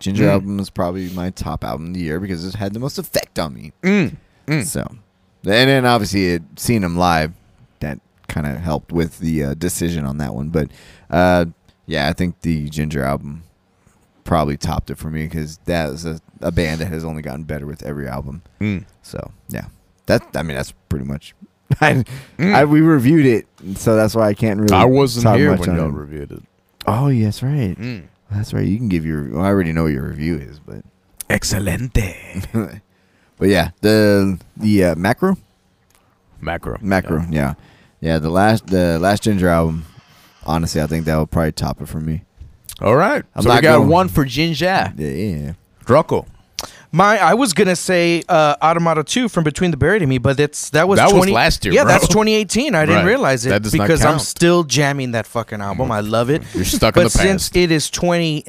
[SPEAKER 4] Ginger album is probably my top album of the year because it had the most effect on me.
[SPEAKER 2] Mm. Mm.
[SPEAKER 4] So, and then obviously it, seeing him live that kind of helped with the uh, decision on that one. But uh, yeah, I think the Ginger album probably topped it for me because that is a, a band that has only gotten better with every album.
[SPEAKER 2] Mm.
[SPEAKER 4] So yeah, that I mean that's pretty much. I, I we reviewed it, so that's why I can't really.
[SPEAKER 2] Mm. I wasn't
[SPEAKER 4] talk
[SPEAKER 2] here
[SPEAKER 4] much
[SPEAKER 2] when
[SPEAKER 4] on
[SPEAKER 2] y'all
[SPEAKER 4] it.
[SPEAKER 2] reviewed it.
[SPEAKER 4] Oh yes, right.
[SPEAKER 3] Hmm.
[SPEAKER 2] Mm.
[SPEAKER 4] That's right. You can give your. Well, I already know what your review is, but
[SPEAKER 2] Excelente.
[SPEAKER 4] but yeah, the the uh, macro
[SPEAKER 2] Macro.
[SPEAKER 4] macro yeah. yeah the last the last ginger album. Honestly, I think that would probably top it for me.
[SPEAKER 2] All right.
[SPEAKER 4] I'm
[SPEAKER 2] so we
[SPEAKER 4] not
[SPEAKER 2] got
[SPEAKER 4] going.
[SPEAKER 2] one for Ginger.
[SPEAKER 4] Yeah, yeah.
[SPEAKER 2] Rocco.
[SPEAKER 1] My, I was gonna say uh, Automata Two from Between the Buried and Me, but it's that was
[SPEAKER 2] That was
[SPEAKER 1] 20
[SPEAKER 2] last year,
[SPEAKER 1] Yeah,
[SPEAKER 2] bro.
[SPEAKER 1] that's 2018. I didn't
[SPEAKER 2] Right.
[SPEAKER 1] realize it
[SPEAKER 2] That does not
[SPEAKER 1] because I'm
[SPEAKER 2] count.
[SPEAKER 1] still jamming that fucking album. I love it.
[SPEAKER 2] You're stuck in
[SPEAKER 1] but
[SPEAKER 2] the
[SPEAKER 1] since
[SPEAKER 2] past.
[SPEAKER 1] it is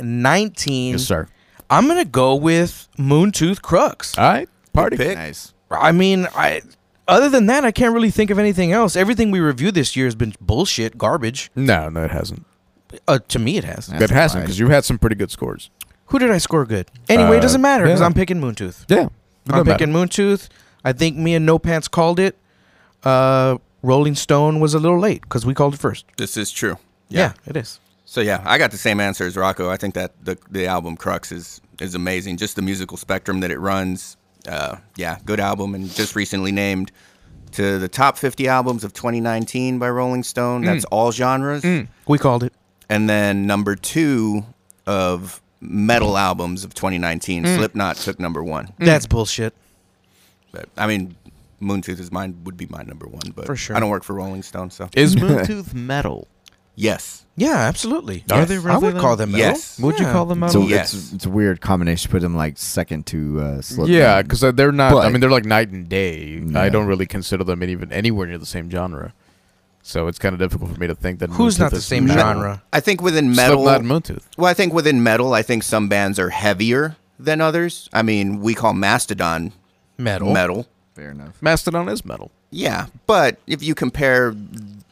[SPEAKER 1] 2019,
[SPEAKER 2] Yes, sir.
[SPEAKER 1] I'm gonna go with Moontooth Crux.
[SPEAKER 2] All right. Party.
[SPEAKER 3] Pick.
[SPEAKER 4] Nice.
[SPEAKER 1] I mean, I other than that, I can't really think of anything else. Everything we reviewed this year has been bullshit, garbage.
[SPEAKER 2] No, no, it hasn't.
[SPEAKER 1] Uh, to me, it has.
[SPEAKER 4] That's
[SPEAKER 2] it hasn't
[SPEAKER 4] fine.
[SPEAKER 2] because you've had some pretty good scores.
[SPEAKER 1] Who did I score good? Anyway, it
[SPEAKER 2] Uh,
[SPEAKER 1] doesn't matter because
[SPEAKER 2] yeah.
[SPEAKER 1] I'm picking Moontooth.
[SPEAKER 2] Yeah.
[SPEAKER 1] I'm picking Moontooth. I think me and No Pants called it. Uh, Rolling Stone was a little late because we called it first.
[SPEAKER 3] This is true.
[SPEAKER 1] Yeah, it is.
[SPEAKER 3] So yeah, I got the same answer as Rocco. I think that the the album Crux is is amazing. Just the musical spectrum that it runs. Uh, yeah, good album and just recently named to the top 50 albums of 2019 by Rolling Stone. That's
[SPEAKER 2] Mm.
[SPEAKER 3] all genres.
[SPEAKER 1] We called it.
[SPEAKER 3] And then number 2 of metal albums of 2019,
[SPEAKER 2] Mm.
[SPEAKER 3] Slipknot took number 1.
[SPEAKER 1] That's bullshit.
[SPEAKER 3] But I mean, Moontooth is mine would be my number 1, but
[SPEAKER 1] For sure.
[SPEAKER 3] I don't work for Rolling Stone, so
[SPEAKER 2] Is Moontooth metal?
[SPEAKER 3] yes.
[SPEAKER 1] Yeah, absolutely.
[SPEAKER 2] Are they
[SPEAKER 1] I
[SPEAKER 2] really
[SPEAKER 1] would call
[SPEAKER 2] though?
[SPEAKER 1] them metal.
[SPEAKER 3] Yes.
[SPEAKER 2] Would you
[SPEAKER 1] Yeah.
[SPEAKER 2] call them
[SPEAKER 4] So
[SPEAKER 2] metal?
[SPEAKER 3] Um, Yes.
[SPEAKER 4] it's it's a weird combination to put them like second to uh, Slipknot.
[SPEAKER 2] yeah, because they're not. I
[SPEAKER 4] But-
[SPEAKER 2] mean, they're like night and day. I
[SPEAKER 4] Yeah.
[SPEAKER 2] don't really consider them in even anywhere near the same genre. So it's kind of difficult for me to think that.
[SPEAKER 1] Who's
[SPEAKER 2] Moontooth
[SPEAKER 1] not the
[SPEAKER 2] is
[SPEAKER 1] same
[SPEAKER 2] metal.
[SPEAKER 1] genre?
[SPEAKER 3] I think within metal
[SPEAKER 2] Slipknot, and Moontooth.
[SPEAKER 3] Well, I think within metal, I think some bands are heavier than others. I mean, we call Mastodon
[SPEAKER 1] Metal.
[SPEAKER 3] metal.
[SPEAKER 4] fair enough.
[SPEAKER 2] Mastodon is metal.
[SPEAKER 3] Yeah, but if you compare,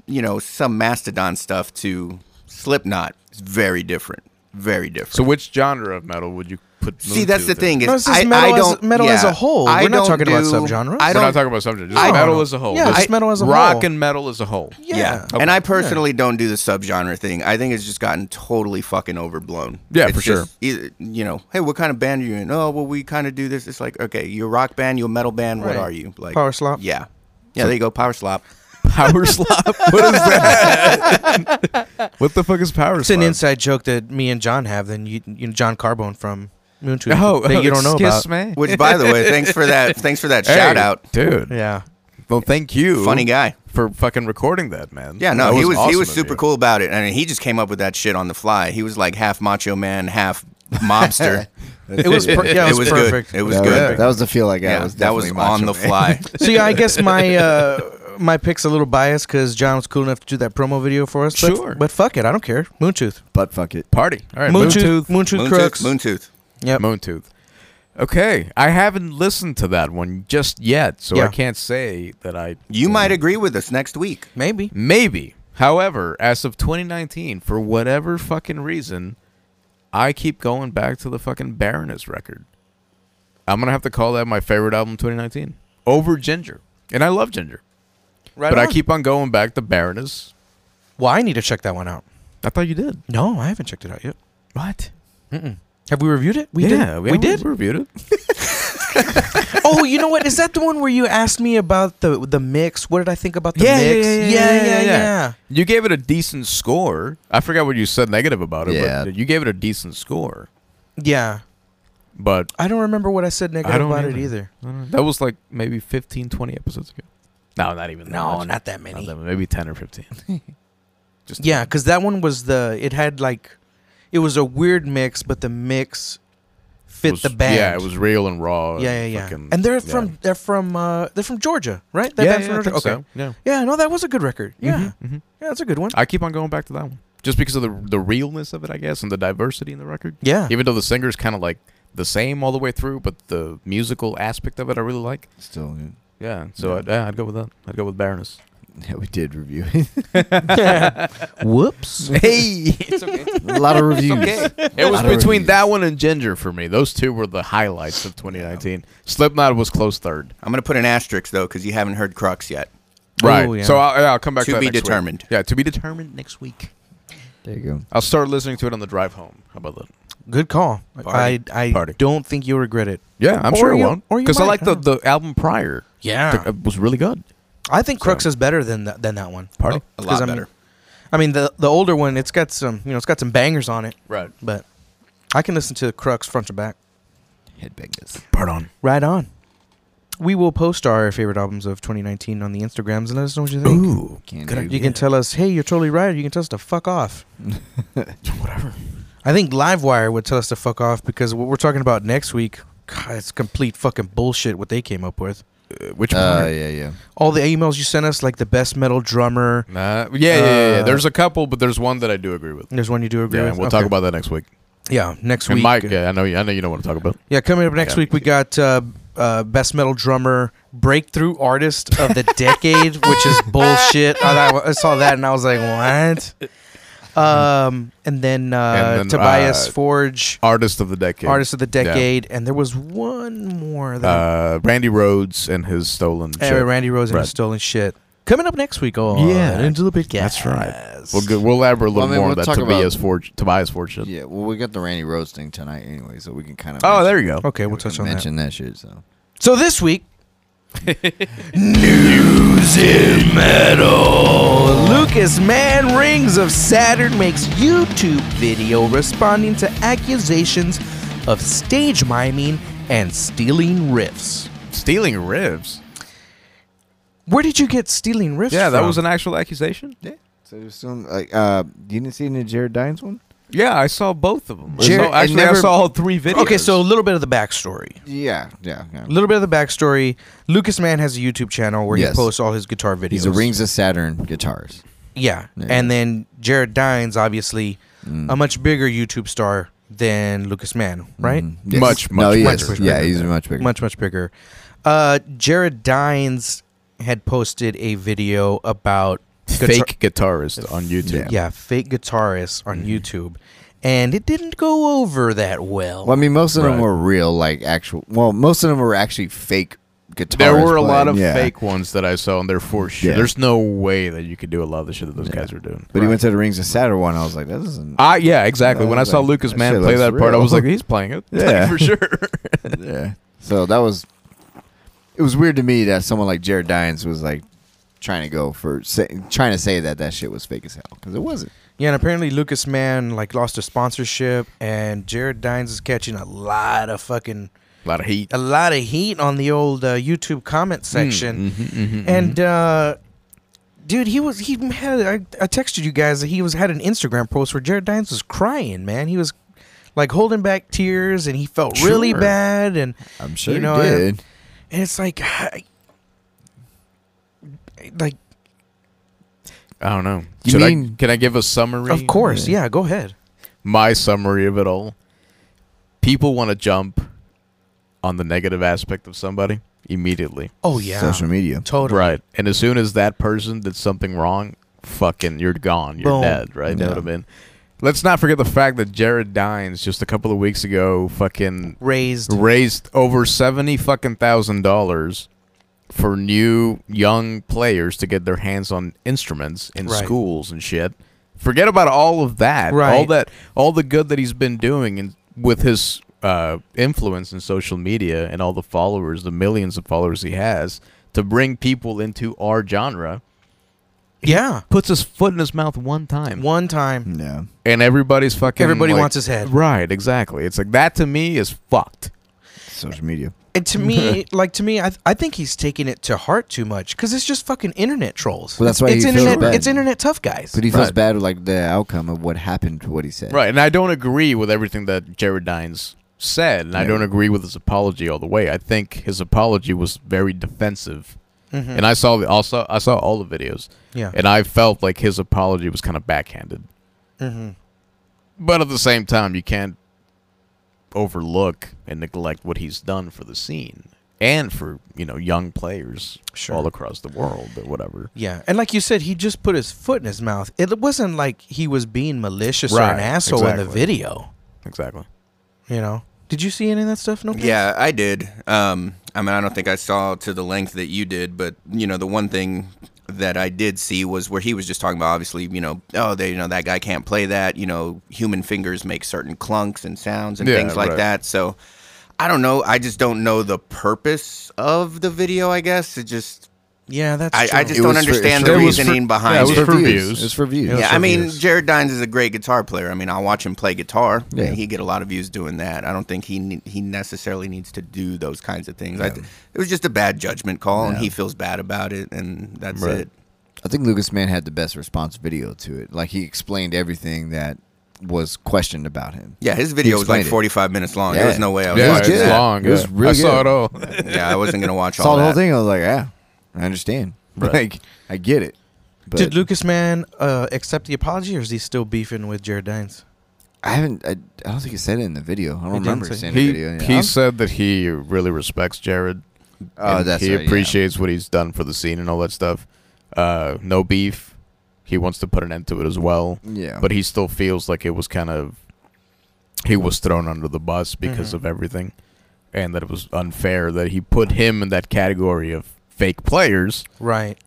[SPEAKER 3] you know, some Mastodon stuff to Slipknot, it's very different. Very different.
[SPEAKER 2] So which genre of metal would you put?
[SPEAKER 3] See, that's the
[SPEAKER 2] Moontooth in?
[SPEAKER 3] thing. Is
[SPEAKER 1] No, it's just
[SPEAKER 3] I,
[SPEAKER 1] metal
[SPEAKER 3] I
[SPEAKER 1] as-
[SPEAKER 3] don't,
[SPEAKER 1] metal as
[SPEAKER 3] yeah,
[SPEAKER 1] a whole.
[SPEAKER 3] I
[SPEAKER 1] We're not
[SPEAKER 3] don't
[SPEAKER 1] talking about
[SPEAKER 3] do-
[SPEAKER 1] subgenres.
[SPEAKER 3] I
[SPEAKER 2] We're
[SPEAKER 3] don't,
[SPEAKER 2] not talking about subject. Just
[SPEAKER 1] I don't
[SPEAKER 2] metal
[SPEAKER 1] know.
[SPEAKER 2] as a whole.
[SPEAKER 1] Yeah,
[SPEAKER 2] Just
[SPEAKER 1] just metal as a
[SPEAKER 2] rock
[SPEAKER 1] whole.
[SPEAKER 2] and metal as a whole.
[SPEAKER 1] Yeah.
[SPEAKER 3] yeah.
[SPEAKER 1] Okay.
[SPEAKER 3] And I personally don't do the subgenre thing. I think it's just gotten totally fucking overblown.
[SPEAKER 2] Yeah,
[SPEAKER 3] It's
[SPEAKER 2] for sure.
[SPEAKER 3] just either- you know, hey, what kind of band are you in? Oh, well, we kind of do this. It's like, okay, you're a rock band, you're a metal band.
[SPEAKER 1] Right.
[SPEAKER 3] What are you? Like
[SPEAKER 1] Power slop.
[SPEAKER 3] Yeah. Yeah, there you go. Power slop.
[SPEAKER 2] Power slop. What is that? what the fuck is power
[SPEAKER 1] It's
[SPEAKER 2] slop?
[SPEAKER 1] an inside joke that me and John have. Then you, you know, John Carbone from Moontooth
[SPEAKER 2] Oh,
[SPEAKER 1] that you don't know
[SPEAKER 2] excuse
[SPEAKER 1] about.
[SPEAKER 2] me.
[SPEAKER 3] Which, by the way, thanks for that. Thanks for that shout
[SPEAKER 2] Hey,
[SPEAKER 3] out.
[SPEAKER 2] dude.
[SPEAKER 1] Yeah,
[SPEAKER 2] Well, thank you,
[SPEAKER 3] Funny guy.
[SPEAKER 2] for fucking recording that, man.
[SPEAKER 3] Yeah, no,
[SPEAKER 2] That
[SPEAKER 3] he was he
[SPEAKER 2] awesome
[SPEAKER 3] was
[SPEAKER 2] of
[SPEAKER 3] super
[SPEAKER 2] you.
[SPEAKER 3] cool about it, and he just came up with that shit on the fly. He was like half macho man, half mobster.
[SPEAKER 1] it was. Per- yeah, it, was,
[SPEAKER 3] good.
[SPEAKER 1] perfect.
[SPEAKER 3] It was
[SPEAKER 4] that,
[SPEAKER 3] good.
[SPEAKER 4] that was the feel I got.
[SPEAKER 3] yeah,
[SPEAKER 4] It was
[SPEAKER 3] that was
[SPEAKER 4] definitely
[SPEAKER 3] on
[SPEAKER 4] Macho
[SPEAKER 3] the
[SPEAKER 4] Man.
[SPEAKER 3] fly.
[SPEAKER 1] So yeah, I guess my uh, my pick's a little biased because John was cool enough to do that promo video for us. But,
[SPEAKER 2] Sure.
[SPEAKER 1] But fuck it, I don't care. Moontooth.
[SPEAKER 4] but fuck it.
[SPEAKER 2] party. All right,
[SPEAKER 1] Moontooth.
[SPEAKER 2] Moontooth.
[SPEAKER 1] Moontooth.
[SPEAKER 3] Moontooth.
[SPEAKER 1] Crooks.
[SPEAKER 3] Moontooth.
[SPEAKER 1] Yep.
[SPEAKER 2] Moontooth. Okay, I haven't listened to that one just yet, so
[SPEAKER 1] Yeah.
[SPEAKER 2] I can't say that I.
[SPEAKER 3] You might agree with us next week.
[SPEAKER 1] Maybe.
[SPEAKER 2] Maybe. However, as of 2019, for whatever fucking reason, I keep going back to the fucking Baroness record. I'm gonna have to call that my favorite album 2019 over Ginger, and I love Ginger,
[SPEAKER 1] Right.
[SPEAKER 2] but I
[SPEAKER 1] on.
[SPEAKER 2] keep on going back to Baroness.
[SPEAKER 1] Well, I need to check that one out.
[SPEAKER 2] I thought you did.
[SPEAKER 1] No, I haven't checked it out yet.
[SPEAKER 2] What?
[SPEAKER 1] Have we reviewed it? We
[SPEAKER 2] yeah,
[SPEAKER 1] did. We, did.
[SPEAKER 2] reviewed it.
[SPEAKER 1] oh, you know what? Is that the one where you asked me about the the mix? What did I think about the
[SPEAKER 2] Yeah, yeah,
[SPEAKER 1] mix?
[SPEAKER 2] yeah, yeah, yeah, yeah,
[SPEAKER 1] yeah.
[SPEAKER 2] You gave it a decent score. I forgot what you said negative about it,
[SPEAKER 4] Yeah.
[SPEAKER 2] but you gave it a decent score.
[SPEAKER 1] Yeah.
[SPEAKER 2] But
[SPEAKER 1] I don't remember what I said negative
[SPEAKER 2] I don't
[SPEAKER 1] about it
[SPEAKER 2] either.
[SPEAKER 1] either.
[SPEAKER 2] that was like maybe 15, 20 episodes ago. No, not even. that
[SPEAKER 1] No,
[SPEAKER 2] much.
[SPEAKER 1] not that many.
[SPEAKER 2] that many. Maybe 10 or 15. Just
[SPEAKER 1] Yeah, because that one was the it had like it was a weird mix, but the mix fit
[SPEAKER 2] was-
[SPEAKER 1] the band.
[SPEAKER 2] Yeah, it was real and raw.
[SPEAKER 1] Yeah, yeah,
[SPEAKER 2] and
[SPEAKER 1] yeah.
[SPEAKER 2] fucking-
[SPEAKER 1] and they're
[SPEAKER 2] yeah.
[SPEAKER 1] from they're from uh they're from Georgia, right? That
[SPEAKER 2] Yeah,
[SPEAKER 1] band's
[SPEAKER 2] yeah, I
[SPEAKER 1] from Georgia.
[SPEAKER 2] think
[SPEAKER 1] okay.
[SPEAKER 2] so. Yeah.
[SPEAKER 1] Yeah, no, that was a good record. Yeah, Mm-hmm.
[SPEAKER 2] mhm.
[SPEAKER 1] yeah, that's a good one.
[SPEAKER 2] I keep on going back to that one just because of the the realness of it, I guess, and the diversity in the record.
[SPEAKER 1] Yeah.
[SPEAKER 2] Even though the singer's kind of like the same all the way through, but the musical aspect of it I really like.
[SPEAKER 4] Still, good.
[SPEAKER 2] Yeah. So I'd, yeah, I'd go with that. I'd go with Baroness.
[SPEAKER 4] yeah, we did review it.
[SPEAKER 1] Whoops.
[SPEAKER 2] Hey, it's okay.
[SPEAKER 4] a lot of reviews.
[SPEAKER 2] It was
[SPEAKER 4] Lot of
[SPEAKER 2] between
[SPEAKER 4] reviews.
[SPEAKER 2] that one and Ginger for me. Those two were the highlights of 2019. Slipknot was close third.
[SPEAKER 3] I'm gonna put an asterisk though because you haven't heard Crux yet.
[SPEAKER 2] Right.
[SPEAKER 1] Oh, yeah.
[SPEAKER 2] So I'll, yeah, I'll come back to,
[SPEAKER 3] To
[SPEAKER 2] that
[SPEAKER 3] be
[SPEAKER 2] next week.
[SPEAKER 3] determined.
[SPEAKER 2] Yeah, to be determined next week.
[SPEAKER 4] There you go.
[SPEAKER 2] I'll start listening to it on the drive home. How about that?
[SPEAKER 1] Good call.
[SPEAKER 2] Party.
[SPEAKER 1] I I
[SPEAKER 2] Party.
[SPEAKER 1] don't think you'll regret it.
[SPEAKER 2] Yeah, I'm
[SPEAKER 1] Or
[SPEAKER 2] sure it
[SPEAKER 1] you-
[SPEAKER 2] won't.
[SPEAKER 1] or you
[SPEAKER 2] Because I
[SPEAKER 1] might,
[SPEAKER 2] like
[SPEAKER 1] I
[SPEAKER 2] the,
[SPEAKER 1] don't
[SPEAKER 2] the album prior.
[SPEAKER 1] Yeah.
[SPEAKER 2] It was really good.
[SPEAKER 1] I think Crux is better than th- than that one. Oh,
[SPEAKER 2] Party.
[SPEAKER 3] A
[SPEAKER 1] 'Cause
[SPEAKER 3] lot
[SPEAKER 1] I mean-
[SPEAKER 3] better.
[SPEAKER 1] I mean the the older one, it's got some you know it's got some bangers on it,
[SPEAKER 2] Right.
[SPEAKER 1] but I can listen to Crux front to back.
[SPEAKER 4] Headbangers.
[SPEAKER 2] Part on.
[SPEAKER 1] Right on. We will post our favorite albums of 2019 on the Instagrams and let us know what you think.
[SPEAKER 2] Ooh.
[SPEAKER 4] Can
[SPEAKER 1] you
[SPEAKER 4] do.
[SPEAKER 1] can tell us, hey, you're totally right, or you can tell us to fuck off.
[SPEAKER 2] Whatever.
[SPEAKER 1] I think Livewire would tell us to fuck off because what we're talking about next week, God, it's complete fucking bullshit what they came up with.
[SPEAKER 2] Uh, which
[SPEAKER 4] Uh,
[SPEAKER 2] part?
[SPEAKER 4] yeah, yeah.
[SPEAKER 1] All the emails you sent us, like the best metal drummer.
[SPEAKER 2] Nah, yeah, yeah, yeah, yeah.
[SPEAKER 1] Uh,
[SPEAKER 2] There's a couple, but there's one that I do agree with.
[SPEAKER 1] There's one you do agree
[SPEAKER 2] Yeah,
[SPEAKER 1] with.
[SPEAKER 2] we'll
[SPEAKER 1] Okay.
[SPEAKER 2] talk about that next week.
[SPEAKER 1] Yeah, next
[SPEAKER 2] And
[SPEAKER 1] week.
[SPEAKER 2] Mike, yeah, I know, you, I know you know what I'm talking about.
[SPEAKER 1] Yeah, coming up next
[SPEAKER 2] Yeah.
[SPEAKER 1] week, we got uh, uh, Best Metal Drummer, Breakthrough Artist of the Decade, which is bullshit. I, thought- I saw that and I was like, what? Um, and then, uh,
[SPEAKER 2] And then,
[SPEAKER 1] Tobias
[SPEAKER 2] uh,
[SPEAKER 1] Forge,
[SPEAKER 2] Artist of the decade.
[SPEAKER 1] Artist of the
[SPEAKER 2] Yeah.
[SPEAKER 1] Decade. And there was one more that
[SPEAKER 2] Uh, Randy Rhodes and his stolen.
[SPEAKER 1] Hey,
[SPEAKER 2] shit.
[SPEAKER 1] Randy Rose and
[SPEAKER 2] Uh, Right.
[SPEAKER 1] his Stolen Shit. Coming up next week. Oh,
[SPEAKER 2] Yeah.
[SPEAKER 1] Into the Big
[SPEAKER 2] That's right. We'll go, we'll elaborate a
[SPEAKER 4] Well,
[SPEAKER 2] little
[SPEAKER 4] I mean,
[SPEAKER 2] more on
[SPEAKER 4] we'll
[SPEAKER 2] that
[SPEAKER 4] talk
[SPEAKER 2] Tobias Forge, Tobias Forge. shit.
[SPEAKER 4] Yeah, well, we got the Randy Rose thing tonight anyway, so we can kind of.
[SPEAKER 2] Oh, there you go.
[SPEAKER 1] Okay, we'll touch on that.
[SPEAKER 4] mention that shit. So
[SPEAKER 1] So this week, news in metal. Lucas Man Rings of Saturn makes YouTube video responding to accusations of stage miming and stealing riffs.
[SPEAKER 2] Stealing ribs.
[SPEAKER 1] Where did you get stealing riffs?
[SPEAKER 2] Yeah, that
[SPEAKER 1] from?
[SPEAKER 2] was an actual accusation. Yeah.
[SPEAKER 4] so there's some like uh, you didn't see any Jared Dines one?
[SPEAKER 2] Yeah, I saw both of them. I
[SPEAKER 1] Jer-
[SPEAKER 2] saw-
[SPEAKER 1] I
[SPEAKER 2] actually, I
[SPEAKER 1] never-
[SPEAKER 2] saw all three videos.
[SPEAKER 1] Okay, so a little bit of the backstory.
[SPEAKER 4] Yeah, yeah. yeah.
[SPEAKER 1] A little bit of the backstory. Lucas Mann has a YouTube channel where
[SPEAKER 4] Yes.
[SPEAKER 1] he posts all his guitar videos.
[SPEAKER 4] He's a Rings of Saturn guitarist.
[SPEAKER 1] Yeah.
[SPEAKER 4] Yeah. Mm.
[SPEAKER 1] And then Jared Dines, obviously, a much bigger YouTube star than Lucas Mann, right?
[SPEAKER 4] Mm, yes.
[SPEAKER 2] Much,
[SPEAKER 4] no,
[SPEAKER 2] much
[SPEAKER 4] he
[SPEAKER 1] bigger.
[SPEAKER 4] is.
[SPEAKER 1] Much
[SPEAKER 4] Yeah,
[SPEAKER 1] bigger.
[SPEAKER 4] he's much bigger.
[SPEAKER 1] Much, much bigger. Uh, Jared Dines had posted a video about guitar-
[SPEAKER 2] fake guitarist on YouTube.
[SPEAKER 1] yeah, fake guitarists on
[SPEAKER 4] Mm-hmm.
[SPEAKER 1] YouTube. And it didn't go over that well.
[SPEAKER 4] Well, I mean, most of them
[SPEAKER 2] Right.
[SPEAKER 4] were real, like actual. Well, most of them were actually fake guitars.
[SPEAKER 2] There were a lot
[SPEAKER 4] playing,
[SPEAKER 2] of
[SPEAKER 4] yeah.
[SPEAKER 2] fake ones that I saw, and they're for sure.
[SPEAKER 4] Yeah.
[SPEAKER 2] There's no way that you could do a lot of the shit that those guys were doing.
[SPEAKER 4] But he went to the Rings of Saturn one. I was like, that doesn't.
[SPEAKER 2] Ah, yeah, exactly.
[SPEAKER 4] Uh,
[SPEAKER 2] when I saw
[SPEAKER 4] like,
[SPEAKER 2] Lucas
[SPEAKER 4] that
[SPEAKER 2] Mann
[SPEAKER 4] shit
[SPEAKER 2] play
[SPEAKER 4] looks
[SPEAKER 2] that part, I
[SPEAKER 4] real.
[SPEAKER 2] was like, he's playing it. Like,
[SPEAKER 4] Yeah.
[SPEAKER 2] for sure.
[SPEAKER 4] yeah. So that was. It was weird to me that someone like Jared Dines was like trying to go for say, trying to say that that shit was fake as hell because it wasn't.
[SPEAKER 1] yeah, and apparently Lucas Mann like lost a sponsorship and Jared Dines is catching a lot of fucking
[SPEAKER 2] a lot of heat.
[SPEAKER 1] a lot of heat on the old uh, YouTube comment section, and uh, dude, he was he had I, I texted you guys that he was had an Instagram post where Jared Dines was crying, man. He was like holding back tears, and he felt really
[SPEAKER 2] Sure.
[SPEAKER 1] bad, and
[SPEAKER 4] I'm sure
[SPEAKER 1] You
[SPEAKER 4] he
[SPEAKER 1] know, I-
[SPEAKER 4] did.
[SPEAKER 1] and it's like, I- like
[SPEAKER 2] I don't know.
[SPEAKER 4] You
[SPEAKER 2] Should I?
[SPEAKER 4] mean-
[SPEAKER 2] Can I give a summary?
[SPEAKER 1] of course, yeah, go ahead.
[SPEAKER 2] My summary of it all. People want to jump on the negative aspect of somebody immediately.
[SPEAKER 1] Oh yeah,
[SPEAKER 4] Social media.
[SPEAKER 1] totally.
[SPEAKER 2] Right. And as soon as that person did something wrong, fucking, you're gone. You're
[SPEAKER 1] Boom.
[SPEAKER 2] dead. Right. You know
[SPEAKER 4] Yeah.
[SPEAKER 2] what I mean? Let's not forget the fact that Jared Dines just a couple of weeks ago fucking
[SPEAKER 1] Raised
[SPEAKER 2] raised over seventy fucking thousand dollars for new young players to get their hands on instruments in
[SPEAKER 1] Right.
[SPEAKER 2] schools and shit. Forget about all of that. All
[SPEAKER 1] Right.
[SPEAKER 2] that all the good that he's been doing and with his uh, influence in social media and all the followers, the millions of followers he has, to bring people into our genre,
[SPEAKER 1] Yeah.
[SPEAKER 2] puts his foot in his mouth one time,
[SPEAKER 1] One time.
[SPEAKER 4] Yeah.
[SPEAKER 2] and everybody's fucking.
[SPEAKER 1] Everybody
[SPEAKER 2] like-
[SPEAKER 1] wants his head.
[SPEAKER 2] Right. Exactly. It's like that to me is fucked.
[SPEAKER 4] Social media.
[SPEAKER 1] And to me, like to me, I, I think he's taking it to heart too much because it's just fucking internet trolls.
[SPEAKER 4] Well, that's why
[SPEAKER 1] it's,
[SPEAKER 4] he feels
[SPEAKER 1] internet.
[SPEAKER 4] bad.
[SPEAKER 1] It's internet tough guys.
[SPEAKER 4] But he feels
[SPEAKER 2] Right.
[SPEAKER 4] bad with like the outcome of what happened to what he said.
[SPEAKER 2] Right, and I don't agree with everything that Jared Dines said, and I
[SPEAKER 4] Yeah.
[SPEAKER 2] don't agree with his apology all the way. I think his apology was very defensive, and I saw the, also I saw all the videos,
[SPEAKER 1] Mm-hmm. Yeah.
[SPEAKER 2] and I felt like his apology was kind of backhanded.
[SPEAKER 1] Mm-hmm.
[SPEAKER 2] But at the same time, you can't overlook and neglect what he's done for the scene and for you know young players
[SPEAKER 1] Sure.
[SPEAKER 2] all across the world or whatever.
[SPEAKER 1] Yeah, and like you said, he just put his foot in his mouth. It wasn't like he was being malicious or an
[SPEAKER 2] Right,
[SPEAKER 1] asshole in the
[SPEAKER 2] exactly.
[SPEAKER 1] video.
[SPEAKER 2] Exactly.
[SPEAKER 1] You know? Did you see any of that stuff? No. Pants?
[SPEAKER 3] Yeah, I did. Um, I mean, I don't think I saw to the length that you did, but you know, the one thing that I did see was where he was just talking about, obviously, you know, oh, they, you know, that guy can't play that. You know, human fingers make certain clunks and sounds and
[SPEAKER 2] Yeah,
[SPEAKER 3] things like
[SPEAKER 2] right.
[SPEAKER 3] that. So, I don't know. I just don't know the purpose of the video. I guess it just.
[SPEAKER 1] Yeah, that's.
[SPEAKER 3] I, I
[SPEAKER 1] true.
[SPEAKER 3] just
[SPEAKER 4] It
[SPEAKER 3] don't
[SPEAKER 4] was for-
[SPEAKER 3] understand
[SPEAKER 4] it
[SPEAKER 3] the
[SPEAKER 4] was
[SPEAKER 2] for-
[SPEAKER 3] reasoning behind
[SPEAKER 2] yeah, it was
[SPEAKER 3] it.
[SPEAKER 2] for views.
[SPEAKER 4] It's for views.
[SPEAKER 3] Yeah, I mean,
[SPEAKER 1] views.
[SPEAKER 3] Jared Dines is a great guitar player. I mean, I watch him play guitar.
[SPEAKER 4] Yeah.
[SPEAKER 3] and he get a lot of views doing that. I don't think he ne- he necessarily needs to do those kinds of things. I th- it was just a bad judgment call, and he feels bad about it, and that's
[SPEAKER 2] Right.
[SPEAKER 3] it.
[SPEAKER 4] I think Lucas Mann had the best response video to it. Like he explained everything that was questioned about him.
[SPEAKER 3] Yeah, his video was like
[SPEAKER 4] explained it.
[SPEAKER 3] 45 minutes long. There
[SPEAKER 4] Yeah.
[SPEAKER 3] was no way I was.
[SPEAKER 4] Yeah,
[SPEAKER 2] Yeah,
[SPEAKER 3] watching
[SPEAKER 2] it's
[SPEAKER 4] good.
[SPEAKER 3] that.
[SPEAKER 2] long.
[SPEAKER 4] It was
[SPEAKER 2] yeah.
[SPEAKER 4] really
[SPEAKER 2] I saw
[SPEAKER 4] good.
[SPEAKER 2] it all.
[SPEAKER 3] Yeah, I wasn't gonna watch all
[SPEAKER 4] Saw the
[SPEAKER 3] that.
[SPEAKER 4] whole thing. I was like, yeah, I understand. Like I get it. But
[SPEAKER 1] Did Lucas Mann uh, accept the apology, or is he still beefing with Jared Dines?
[SPEAKER 4] I haven't. I, I don't think he said it in the video. I don't
[SPEAKER 1] He didn't
[SPEAKER 4] remember
[SPEAKER 1] say-
[SPEAKER 4] saying it in
[SPEAKER 2] He,
[SPEAKER 4] the video. Yeah.
[SPEAKER 2] he
[SPEAKER 4] I'm-
[SPEAKER 2] said that he really respects Jared.
[SPEAKER 4] Oh,
[SPEAKER 2] and
[SPEAKER 4] that's
[SPEAKER 2] he
[SPEAKER 4] right, yeah.
[SPEAKER 2] appreciates what he's done for the scene and all that stuff. Uh, no beef. He wants to put an end to it as well.
[SPEAKER 4] Yeah.
[SPEAKER 2] But he still feels like it was kind of he was thrown under the bus because of everything, and that it was unfair that he put him in that category of fake players
[SPEAKER 1] Right.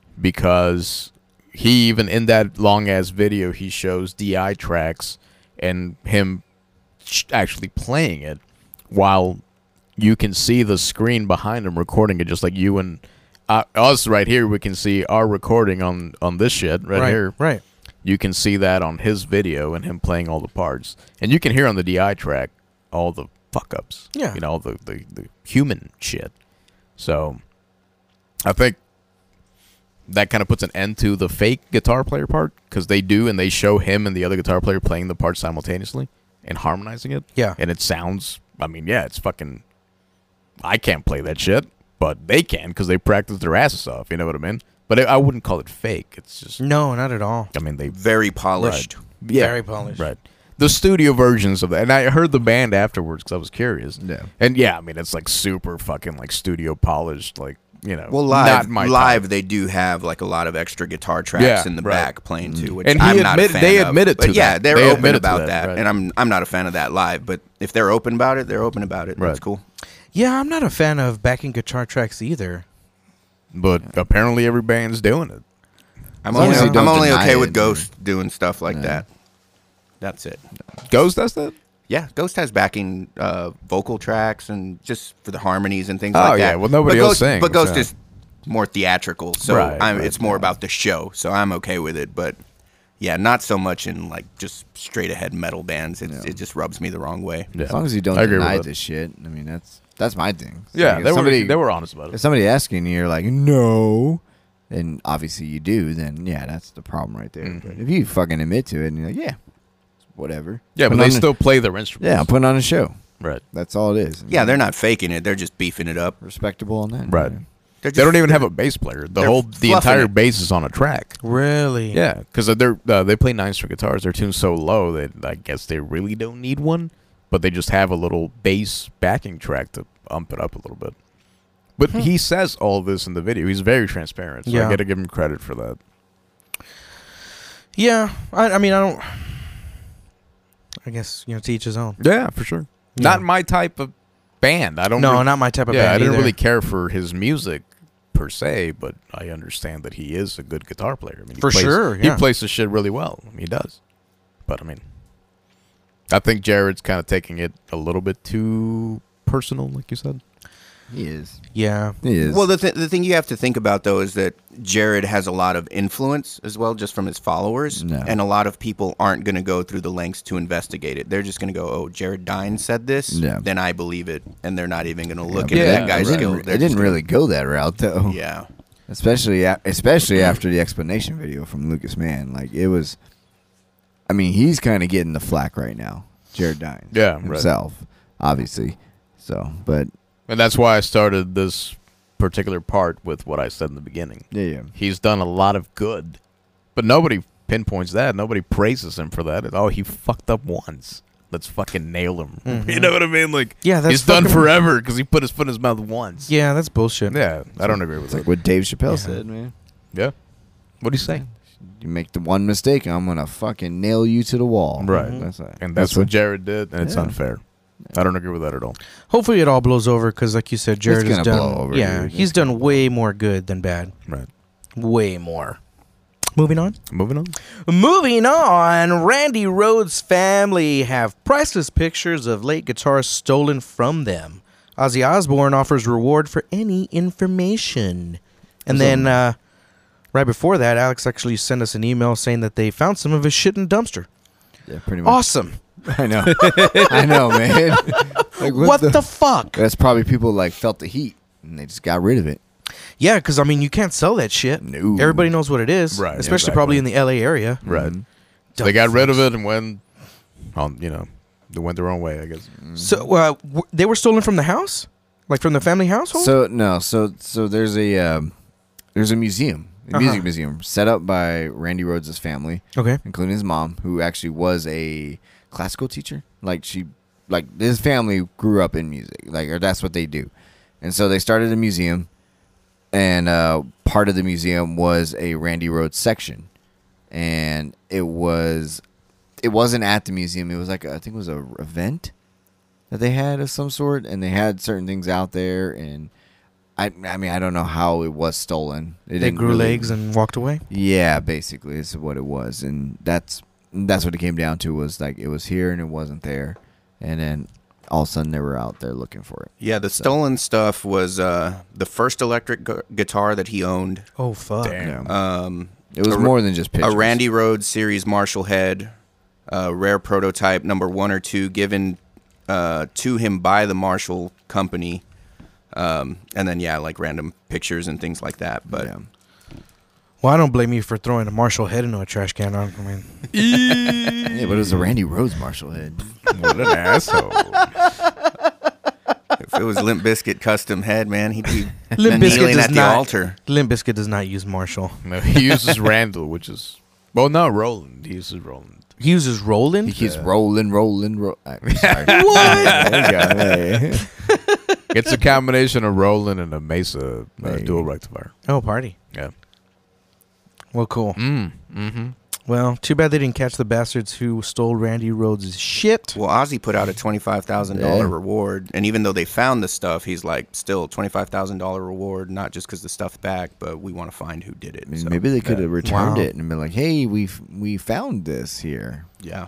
[SPEAKER 2] because he even in that long ass video he shows DI tracks and him sh- actually playing it while you can see the screen behind him recording it just like you and uh, us right here we can see our recording on on this shit right,
[SPEAKER 1] Right.
[SPEAKER 2] here
[SPEAKER 1] Right.
[SPEAKER 2] you can see that on his video and him playing all the parts and you can hear on the DI track all the fuck ups
[SPEAKER 1] Yeah.
[SPEAKER 2] you know all the, the, the human shit so I think that kind of puts an end to the fake guitar player part because they do and they show him and the other guitar player playing the part simultaneously and harmonizing it.
[SPEAKER 1] Yeah.
[SPEAKER 2] And it sounds, I mean, yeah, it's fucking. I can't play that shit, but they can because they practice their asses off. You know what I mean? But I, I wouldn't call it fake. It's just,
[SPEAKER 1] No, not at all.
[SPEAKER 2] I mean, they
[SPEAKER 3] Very polished.
[SPEAKER 2] yeah.
[SPEAKER 1] Very polished.
[SPEAKER 2] Right. The studio versions of that. And I heard the band afterwards because I was curious.
[SPEAKER 4] Yeah.
[SPEAKER 2] And yeah, I mean, it's like super fucking like studio polished, like, you know.
[SPEAKER 3] Well,
[SPEAKER 2] not
[SPEAKER 3] live,
[SPEAKER 2] my
[SPEAKER 3] live,
[SPEAKER 2] type.
[SPEAKER 3] they do have like a lot of extra guitar tracks
[SPEAKER 2] Yeah,
[SPEAKER 3] in the
[SPEAKER 2] right. Mm-hmm.
[SPEAKER 3] back playing too, which
[SPEAKER 2] And he
[SPEAKER 3] I'm not a
[SPEAKER 2] admitted-
[SPEAKER 3] fan
[SPEAKER 2] they
[SPEAKER 3] of.
[SPEAKER 2] admitted
[SPEAKER 3] But
[SPEAKER 2] to
[SPEAKER 3] yeah,
[SPEAKER 2] that.
[SPEAKER 3] they're
[SPEAKER 2] They
[SPEAKER 3] open
[SPEAKER 2] admitted to
[SPEAKER 3] about
[SPEAKER 2] that,
[SPEAKER 3] that,
[SPEAKER 2] right.
[SPEAKER 3] and I'm I'm not a fan of that live. But if they're open about it, they're open about it. That's
[SPEAKER 2] Right.
[SPEAKER 3] cool.
[SPEAKER 1] Yeah, I'm not a fan of backing guitar tracks either.
[SPEAKER 2] But apparently every band's doing it.
[SPEAKER 3] I'm
[SPEAKER 4] long
[SPEAKER 3] only,
[SPEAKER 1] as you
[SPEAKER 4] don't
[SPEAKER 3] I'm only
[SPEAKER 4] deny
[SPEAKER 3] okay
[SPEAKER 4] it,
[SPEAKER 3] with
[SPEAKER 4] then-
[SPEAKER 3] Ghost doing stuff like that. That's it.
[SPEAKER 2] Ghost does that?
[SPEAKER 3] Yeah, Ghost has backing uh, vocal tracks and just for the harmonies and things
[SPEAKER 2] Oh,
[SPEAKER 3] like that.
[SPEAKER 2] yeah, well, nobody
[SPEAKER 3] but
[SPEAKER 2] else
[SPEAKER 3] Ghost,
[SPEAKER 2] sings,
[SPEAKER 3] But Ghost
[SPEAKER 2] yeah.
[SPEAKER 3] is more theatrical, so
[SPEAKER 2] Right,
[SPEAKER 3] I'm,
[SPEAKER 2] right,
[SPEAKER 3] it's more about the show. So I'm okay with it, but yeah, not so much in like just straight ahead metal bands. It, it just rubs me the wrong way.
[SPEAKER 2] Yeah.
[SPEAKER 4] as long as you don't
[SPEAKER 2] I agree
[SPEAKER 4] deny
[SPEAKER 2] with that.
[SPEAKER 4] this shit. I mean, that's that's my thing. It's
[SPEAKER 2] Yeah,
[SPEAKER 4] like, if
[SPEAKER 2] they,
[SPEAKER 4] somebody-
[SPEAKER 2] were, they were honest about
[SPEAKER 4] If
[SPEAKER 2] it.
[SPEAKER 4] somebody asking you, you're like, no, then obviously you do. Then yeah, that's the problem right there.
[SPEAKER 2] Mm-hmm.
[SPEAKER 4] But if you fucking admit to it and you're like, yeah, whatever.
[SPEAKER 2] Yeah, but
[SPEAKER 4] Putting
[SPEAKER 2] they
[SPEAKER 4] on a-
[SPEAKER 2] still play their instruments.
[SPEAKER 4] yeah, I'm putting on a show.
[SPEAKER 2] Right.
[SPEAKER 4] That's all it is.
[SPEAKER 3] Yeah, they're not faking it; they're just beefing it up.
[SPEAKER 4] respectable on that.
[SPEAKER 2] Right.
[SPEAKER 4] Yeah.
[SPEAKER 3] They're just,
[SPEAKER 2] They don't even have a bass player. The
[SPEAKER 3] they're
[SPEAKER 2] whole, the
[SPEAKER 3] fluffing
[SPEAKER 2] entire
[SPEAKER 3] it.
[SPEAKER 2] bass is on a track.
[SPEAKER 1] Really?
[SPEAKER 2] Yeah, because they're uh, they play nine string guitars. Their tune's so low that I guess they really don't need one, but they just have a little bass backing track to ump it up a little bit. But he says all this in the video. He's very transparent. So
[SPEAKER 1] Yeah.
[SPEAKER 2] I got to give him credit for that.
[SPEAKER 1] Yeah. I, I mean, I don't. I guess you know, to each his own.
[SPEAKER 2] Yeah, for sure. Not my type of band. I don't.
[SPEAKER 1] No,
[SPEAKER 2] re-
[SPEAKER 1] not my type of
[SPEAKER 2] yeah,
[SPEAKER 1] band
[SPEAKER 2] I didn't
[SPEAKER 1] either.
[SPEAKER 2] really care for his music per se, but I understand that he is a good guitar player. I mean, he
[SPEAKER 1] For
[SPEAKER 2] plays-
[SPEAKER 1] sure,
[SPEAKER 2] he
[SPEAKER 1] yeah.
[SPEAKER 2] plays the shit really well. He does. But I mean, I think Jared's kind of taking it a little bit too personal, like you said.
[SPEAKER 4] He is.
[SPEAKER 1] Yeah.
[SPEAKER 4] He is.
[SPEAKER 3] Well, the, th- the thing you have to think about, though, is that Jared has a lot of influence as well, just from his followers.
[SPEAKER 4] No.
[SPEAKER 3] And a lot of people aren't going to go through the lengths to investigate it. They're just going to go, oh, Jared Dine said this,
[SPEAKER 4] Yeah.
[SPEAKER 3] then I believe it. And they're not even going to look
[SPEAKER 4] but
[SPEAKER 3] into
[SPEAKER 2] Yeah,
[SPEAKER 3] that guy's
[SPEAKER 4] it didn't,
[SPEAKER 3] skill.
[SPEAKER 4] it
[SPEAKER 3] They're
[SPEAKER 4] didn't
[SPEAKER 3] just gonna-
[SPEAKER 4] really go that route though.
[SPEAKER 3] Yeah.
[SPEAKER 4] Especially a- especially after the explanation video from Lucas Mann, like it was. I mean, he's kind of getting the flack right now, Jared Dines.
[SPEAKER 2] Yeah, right.
[SPEAKER 4] himself, obviously. So, but
[SPEAKER 2] And that's why I started this particular part with what I said in the beginning.
[SPEAKER 4] yeah, yeah.
[SPEAKER 2] He's done a lot of good, but nobody pinpoints that. Nobody praises him for that. Oh, he fucked up once. Let's fucking nail him. You know what I mean? Like,
[SPEAKER 1] Yeah, that's
[SPEAKER 2] he's done
[SPEAKER 1] fucking-
[SPEAKER 2] forever because he put his foot in his mouth once.
[SPEAKER 1] Yeah, that's bullshit.
[SPEAKER 2] Yeah, I don't agree with
[SPEAKER 4] It's like
[SPEAKER 2] that.
[SPEAKER 4] what Dave Chappelle said, man.
[SPEAKER 2] Yeah. What do you say?
[SPEAKER 4] You make the one mistake, I'm gonna fucking nail you to the wall.
[SPEAKER 2] Right.
[SPEAKER 4] That's like,
[SPEAKER 2] And that's, what Jared did, and it's
[SPEAKER 4] Yeah.
[SPEAKER 2] unfair. I don't agree with that at all.
[SPEAKER 1] Hopefully it all blows over because, like you said, Jared has
[SPEAKER 4] gonna
[SPEAKER 1] done.
[SPEAKER 4] blow over,
[SPEAKER 1] yeah,
[SPEAKER 4] dude.
[SPEAKER 1] he's done way more good than bad.
[SPEAKER 2] Right.
[SPEAKER 1] Way more. Moving on.
[SPEAKER 2] Moving on.
[SPEAKER 1] Moving on, Randy Rhodes' family have priceless pictures of late guitarists stolen from them. Ozzy Osbourne offers reward for any information. And then uh, right before that, Alex actually sent us an email saying that they found some of his shit in a dumpster.
[SPEAKER 4] yeah, pretty much.
[SPEAKER 1] Awesome.
[SPEAKER 4] I know. I know, man. Like,
[SPEAKER 1] What, the, fuck?
[SPEAKER 4] That's probably people like felt the heat and they just got rid of it.
[SPEAKER 1] Yeah, because I mean, you can't sell that shit.
[SPEAKER 4] No.
[SPEAKER 1] Everybody knows what it is,
[SPEAKER 2] Right,
[SPEAKER 1] Especially
[SPEAKER 2] exactly.
[SPEAKER 1] probably in the LA area.
[SPEAKER 2] Right. They got rid of it and went on, you know, they went their own way, I guess.
[SPEAKER 1] So uh, w- they were stolen from the house, like from the family household.
[SPEAKER 4] So no, so so there's a um, there's a museum, a music
[SPEAKER 1] Uh-huh.
[SPEAKER 4] museum set up by Randy Rhodes' family,
[SPEAKER 1] okay.
[SPEAKER 4] including his mom, who actually was a classical teacher. Like she, like his family grew up in music, like or that's what they do, and so they started a museum, and uh, part of the museum was a Randy Rhodes section, and it was, it wasn't at the museum. It was like a- I think it was a event that they had of some sort, and they had certain things out there, and I, I mean, I don't know how it was stolen. It
[SPEAKER 1] They
[SPEAKER 4] didn't
[SPEAKER 1] grew
[SPEAKER 4] really-
[SPEAKER 1] legs and walked away.
[SPEAKER 4] yeah, basically, is what it was, and that's that's what it came down to was like it was here and it wasn't there, and then all of a sudden they were out there looking for it.
[SPEAKER 3] Yeah, the stolen stuff was uh, the first electric gu- guitar that he owned.
[SPEAKER 1] Oh fuck!
[SPEAKER 3] Um,
[SPEAKER 4] It was
[SPEAKER 3] a-
[SPEAKER 4] more than just pictures.
[SPEAKER 3] a Randy Rhodes series Marshall head, uh, rare prototype number one or two, given uh, to him by the Marshall company. Um, and then yeah, like random pictures and things like that. But
[SPEAKER 4] Yeah.
[SPEAKER 1] Well, I don't blame you for throwing a Marshall head into a trash can. I don't- I mean,
[SPEAKER 4] Yeah, but it was a Randy Rhodes Marshall head.
[SPEAKER 2] What an asshole.
[SPEAKER 3] if it was Limp Biscuit custom head, man, he'd be
[SPEAKER 1] Limp Bizkit
[SPEAKER 3] kneeling
[SPEAKER 1] does
[SPEAKER 3] at the
[SPEAKER 1] not-
[SPEAKER 3] altar.
[SPEAKER 1] Limp Bizkit does not use Marshall.
[SPEAKER 2] No, he uses Randall, which is well, no, Roland. He uses Roland.
[SPEAKER 1] He uses
[SPEAKER 4] He
[SPEAKER 1] Roland.
[SPEAKER 4] keeps rolling, rolling, rolling. Sorry.
[SPEAKER 1] what?
[SPEAKER 4] There you go.
[SPEAKER 2] It's a combination of Roland and a Mesa uh,
[SPEAKER 4] Hey.
[SPEAKER 2] dual rectifier.
[SPEAKER 1] Oh, party.
[SPEAKER 2] Yeah.
[SPEAKER 1] Well, cool.
[SPEAKER 2] Mm. Mm-hmm.
[SPEAKER 1] Well, too bad they didn't catch the bastards who stole Randy Rhodes' shit.
[SPEAKER 3] Well, Ozzy put out a twenty five thousand thousand dollar
[SPEAKER 4] Yeah.
[SPEAKER 3] reward, and even though they found the stuff, he's like, still twenty five thousand dollar reward, not just because the stuff's back, but we want to find who did it.
[SPEAKER 4] I mean,
[SPEAKER 3] So,
[SPEAKER 4] Maybe they could have returned
[SPEAKER 1] Wow.
[SPEAKER 4] it and been like, "Hey, we f- we found this here."
[SPEAKER 3] yeah,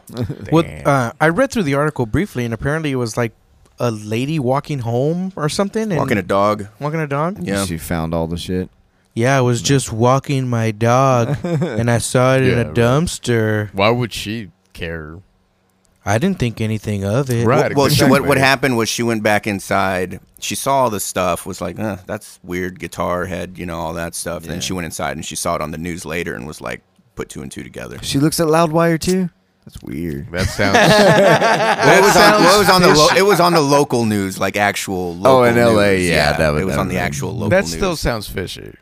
[SPEAKER 1] Well,
[SPEAKER 2] Damn.
[SPEAKER 1] uh, I read through the article briefly, and apparently it was like a lady walking home or something. And
[SPEAKER 3] walking a dog.
[SPEAKER 1] walking a dog.
[SPEAKER 3] Yeah.
[SPEAKER 4] she found all the shit.
[SPEAKER 1] Yeah, I was just walking my dog, and I saw it in
[SPEAKER 2] Yeah,
[SPEAKER 1] a
[SPEAKER 2] right.
[SPEAKER 1] dumpster.
[SPEAKER 2] Why would she care?
[SPEAKER 1] I didn't think anything of it.
[SPEAKER 2] Right.
[SPEAKER 3] Well, she, what
[SPEAKER 2] exactly.
[SPEAKER 3] what happened was she went back inside. She saw all this stuff. Was like, eh, that's weird. Guitar head, you know, all that stuff. Then she went inside and she saw it on the news later and was like, put two and two together.
[SPEAKER 4] She looks at Loudwire too. That's weird.
[SPEAKER 2] That sounds.
[SPEAKER 3] Well, it was on, well, it was on the lo- it was on the local news, like actual. Local
[SPEAKER 4] in LA,
[SPEAKER 3] news.
[SPEAKER 4] yeah, that would-
[SPEAKER 3] it was
[SPEAKER 4] that
[SPEAKER 3] on
[SPEAKER 4] would
[SPEAKER 3] the
[SPEAKER 4] be-
[SPEAKER 3] actual local.
[SPEAKER 2] that
[SPEAKER 3] news.
[SPEAKER 2] still sounds fishy.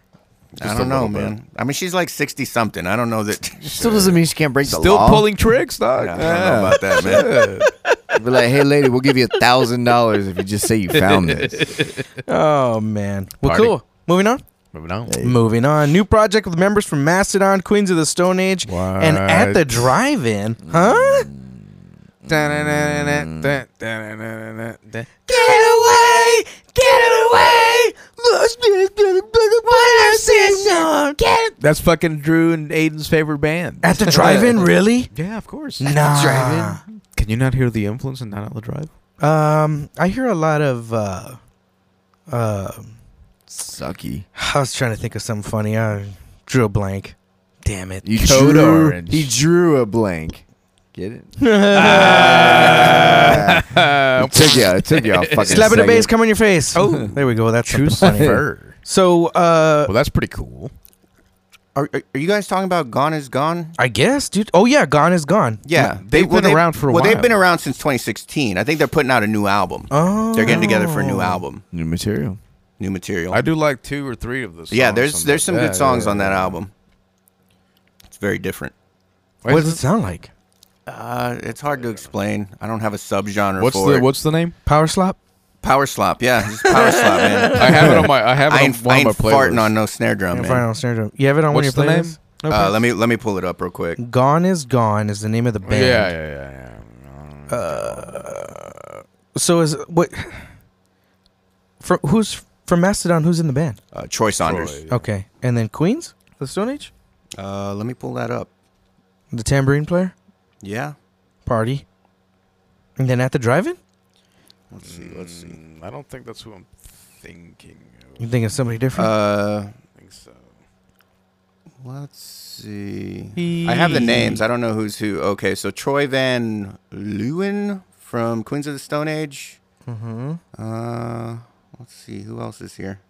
[SPEAKER 3] I
[SPEAKER 2] just a
[SPEAKER 3] don't know,
[SPEAKER 2] little bit.
[SPEAKER 3] man. I mean, she's like sixty something. I don't know that.
[SPEAKER 4] Still doesn't mean she can't break the
[SPEAKER 2] Still
[SPEAKER 4] law.
[SPEAKER 2] pulling tricks, dog.
[SPEAKER 3] I don't know about that, man.
[SPEAKER 4] Be like, hey, lady, we'll give you a thousand dollars if you just say you found this.
[SPEAKER 1] Oh man. Well,
[SPEAKER 2] Party.
[SPEAKER 1] cool. Moving on.
[SPEAKER 2] Moving on.
[SPEAKER 1] Moving on. New project with members from Mastodon, Queens of the Stone Age, and at the
[SPEAKER 2] What?
[SPEAKER 1] drive-in. Huh? Get away! Get away! Get
[SPEAKER 2] That's fucking Drew and Aiden's favorite band.
[SPEAKER 1] at the drive-in, really?
[SPEAKER 2] yeah, of course.
[SPEAKER 1] Nah.
[SPEAKER 2] Can you not hear the influence in Nine Outlet Drive?
[SPEAKER 1] Um, I hear a lot of. Uh, uh,
[SPEAKER 4] Sucky.
[SPEAKER 1] I was trying to think of something funny. I drew a blank. Damn it.
[SPEAKER 4] You
[SPEAKER 2] Code
[SPEAKER 4] drew,
[SPEAKER 2] orange.
[SPEAKER 4] He drew a blank. Get it?
[SPEAKER 2] Ah.
[SPEAKER 4] It took you. It took you. a fucking
[SPEAKER 1] Slap in the
[SPEAKER 4] second.
[SPEAKER 1] base, come on your face. Oh, there we go. That's
[SPEAKER 2] Choose
[SPEAKER 1] something funny.
[SPEAKER 2] fur.
[SPEAKER 1] So, uh,
[SPEAKER 2] Well, that's pretty cool.
[SPEAKER 3] Are, are are you guys talking about Gone is Gone?
[SPEAKER 1] I guess, dude. Oh yeah, gone is gone.
[SPEAKER 3] Yeah,
[SPEAKER 2] they've been around for a
[SPEAKER 3] well,
[SPEAKER 2] while.
[SPEAKER 3] they've been around since 2016. I think they're putting out a new album.
[SPEAKER 1] Oh,
[SPEAKER 3] They're getting together for a new album,
[SPEAKER 4] New material.
[SPEAKER 3] new material.
[SPEAKER 2] I do like two or three of those.
[SPEAKER 3] yeah, there's there's some good songs on that album. It's very different.
[SPEAKER 1] What does it sound like?
[SPEAKER 3] Uh, it's hard to explain. I don't have a subgenre
[SPEAKER 2] What's
[SPEAKER 3] for
[SPEAKER 2] the
[SPEAKER 3] it.
[SPEAKER 2] what's the name?
[SPEAKER 1] Power slap.
[SPEAKER 3] power slop? Yeah, it's power slop, man.
[SPEAKER 2] I have it on my I have it
[SPEAKER 3] I
[SPEAKER 2] on
[SPEAKER 3] ain't,
[SPEAKER 2] one
[SPEAKER 3] I
[SPEAKER 2] of my
[SPEAKER 3] ain't
[SPEAKER 2] playlists.
[SPEAKER 3] farting on no snare drum,
[SPEAKER 1] Yeah,
[SPEAKER 3] man.
[SPEAKER 1] Final snare drum. You have it on
[SPEAKER 2] What's
[SPEAKER 1] one
[SPEAKER 2] the
[SPEAKER 1] of your
[SPEAKER 2] name?
[SPEAKER 1] playlists?
[SPEAKER 3] Uh, let me let me pull it up real quick.
[SPEAKER 1] Gone is gone is the name of the
[SPEAKER 2] Yeah,
[SPEAKER 1] band.
[SPEAKER 2] yeah, yeah, yeah.
[SPEAKER 1] So is what? For who's from Mastodon? Who's in the band?
[SPEAKER 3] Uh, Troy Saunders.
[SPEAKER 2] Troy.
[SPEAKER 1] Okay, and then Queens, the Stone Age,
[SPEAKER 3] Uh, let me pull that up.
[SPEAKER 1] the tambourine player,
[SPEAKER 3] Yeah.
[SPEAKER 1] party, and then at the drive-in.
[SPEAKER 3] Let's see. Let's see.
[SPEAKER 2] Mm, I don't think that's who I'm thinking. Of.
[SPEAKER 1] You think of somebody different?
[SPEAKER 3] Uh,
[SPEAKER 2] I think so.
[SPEAKER 3] let's see. I have the names. I don't know who's who. Okay, so Troy Van Leeuwen from Queens of the Stone Age.
[SPEAKER 1] mm-hmm.
[SPEAKER 3] Uh, let's see who else is here.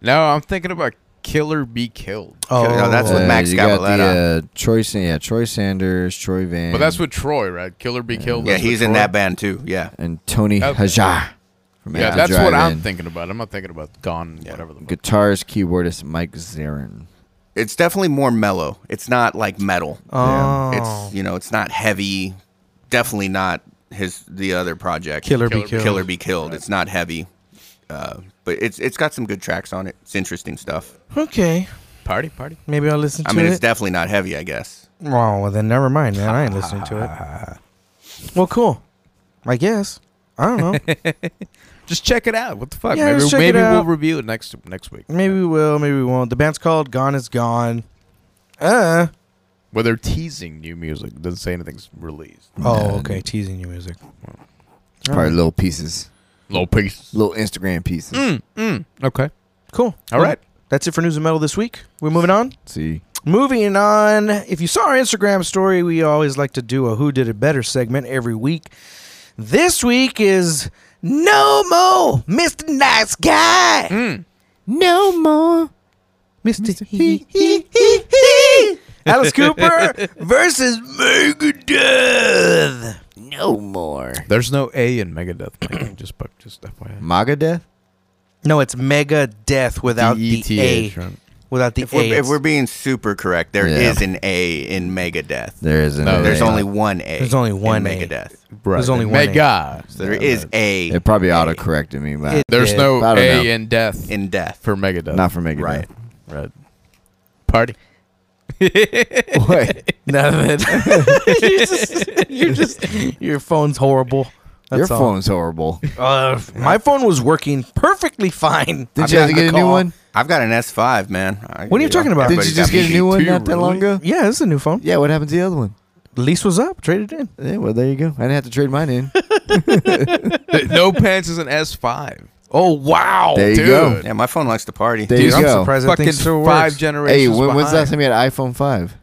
[SPEAKER 2] No, I'm thinking about Killer Be Killed.
[SPEAKER 1] Oh,
[SPEAKER 3] no, that's with
[SPEAKER 4] Uh,
[SPEAKER 3] Max
[SPEAKER 4] you got
[SPEAKER 3] Gabaletta.
[SPEAKER 4] the, uh, Troy, Sa- yeah, Troy Sanders, Troy Van.
[SPEAKER 2] But that's with Troy, right? Killer Be Killed.
[SPEAKER 3] Yeah,
[SPEAKER 2] that's with
[SPEAKER 3] he's in
[SPEAKER 2] Troy.
[SPEAKER 3] that band too. Yeah.
[SPEAKER 4] and Tony
[SPEAKER 2] Okay.
[SPEAKER 4] Hajar from
[SPEAKER 2] Yeah,
[SPEAKER 4] At the
[SPEAKER 2] that's what
[SPEAKER 4] Drive-In.
[SPEAKER 2] I'm thinking about. I'm not thinking about Gone, whatever the fuck.
[SPEAKER 4] Guitarist, keyboardist Mike Zarin.
[SPEAKER 3] It's definitely more mellow. It's not like metal.
[SPEAKER 1] Oh,
[SPEAKER 3] It's you know, it's not heavy. Definitely not his the other project.
[SPEAKER 1] Killer Be
[SPEAKER 2] Killer Be
[SPEAKER 1] Killed.
[SPEAKER 3] Killer Be Killed. It's not heavy. Uh, but it's it's got some good tracks on it. It's interesting stuff.
[SPEAKER 1] Okay,
[SPEAKER 2] Party, party.
[SPEAKER 1] maybe I'll listen to
[SPEAKER 3] I mean,
[SPEAKER 1] it.
[SPEAKER 3] it's definitely not heavy, I guess.
[SPEAKER 1] Oh, well, then never mind, man. I ain't listening to it. Well, cool. I guess. I don't know.
[SPEAKER 2] Just check it out. What the fuck?
[SPEAKER 1] Yeah,
[SPEAKER 2] maybe
[SPEAKER 1] let's check it
[SPEAKER 2] maybe we'll
[SPEAKER 1] out.
[SPEAKER 2] review it next next week.
[SPEAKER 1] maybe we will, maybe we won't. The band's called Gone is Gone. Uh.
[SPEAKER 2] Well, they're teasing new music. It doesn't say anything's released.
[SPEAKER 1] Oh, okay. Teasing you music.
[SPEAKER 4] Probably little pieces,
[SPEAKER 2] Little piece.
[SPEAKER 4] little Instagram pieces.
[SPEAKER 2] Mm. Okay.
[SPEAKER 1] Cool.
[SPEAKER 2] All right.
[SPEAKER 1] That's it for news and metal this week. We're moving on.
[SPEAKER 4] See,
[SPEAKER 1] Moving on. If you saw our Instagram story, we always like to do a Who Did It Better segment every week. This week is No More Mr. Nice Guy.
[SPEAKER 2] Mm.
[SPEAKER 1] No more Mr. He He He He. Alice Cooper versus Megadeth.
[SPEAKER 4] no more.
[SPEAKER 2] There's no A in Megadeth. Mike. just bu- just FYI.
[SPEAKER 4] MAGA death.
[SPEAKER 1] No, it's Mega Death without the A.
[SPEAKER 2] DETH, E right?
[SPEAKER 1] Without the
[SPEAKER 3] If
[SPEAKER 1] A.
[SPEAKER 3] we're, if
[SPEAKER 1] it's-
[SPEAKER 3] we're being super correct, there is
[SPEAKER 4] Yeah.
[SPEAKER 3] an A in Megadeth.
[SPEAKER 4] There oh, is
[SPEAKER 2] No,
[SPEAKER 4] no.
[SPEAKER 3] There's
[SPEAKER 2] A.
[SPEAKER 3] only one A.
[SPEAKER 1] There's only one A.
[SPEAKER 3] in Megadeth.
[SPEAKER 1] There's only one A.
[SPEAKER 2] Mega.
[SPEAKER 3] There is a.
[SPEAKER 4] uh, It probably auto corrected me, but
[SPEAKER 1] It-
[SPEAKER 2] There's
[SPEAKER 1] Yeah,
[SPEAKER 2] no
[SPEAKER 4] I don't know.
[SPEAKER 2] A in death
[SPEAKER 3] in death.
[SPEAKER 2] for Megadeth.
[SPEAKER 4] not for Mega
[SPEAKER 3] right.
[SPEAKER 2] Right. Party.
[SPEAKER 4] Death. Wait,
[SPEAKER 1] Nothing. you're, just, you're just your phone's horrible. That's
[SPEAKER 4] your
[SPEAKER 1] all.
[SPEAKER 4] phone's horrible.
[SPEAKER 1] Uh, my phone was working perfectly fine.
[SPEAKER 4] Did you have to get a new one?
[SPEAKER 3] I've got an S5, man. I-
[SPEAKER 1] What are you talking about?
[SPEAKER 4] Did
[SPEAKER 3] everybody's
[SPEAKER 4] you just
[SPEAKER 3] got me
[SPEAKER 4] get a new one
[SPEAKER 2] too,
[SPEAKER 4] not that long
[SPEAKER 2] really?
[SPEAKER 4] ago?
[SPEAKER 1] Yeah, this is a new phone.
[SPEAKER 4] Yeah. What happened to the other one?
[SPEAKER 1] Lease was up. Traded in.
[SPEAKER 4] Yeah, well, there you go. I didn't have to trade mine in.
[SPEAKER 2] no pants is an S5.
[SPEAKER 1] Oh wow!
[SPEAKER 4] There you
[SPEAKER 2] Dude.
[SPEAKER 4] go.
[SPEAKER 3] Yeah, my phone likes to party.
[SPEAKER 4] There
[SPEAKER 1] Dude,
[SPEAKER 4] you
[SPEAKER 1] I'm
[SPEAKER 4] go.
[SPEAKER 1] surprised that
[SPEAKER 2] Fucking
[SPEAKER 1] thing still
[SPEAKER 2] five
[SPEAKER 1] works.
[SPEAKER 2] generations.
[SPEAKER 4] Hey, when was the
[SPEAKER 2] behind.
[SPEAKER 4] last time you had an iPhone five?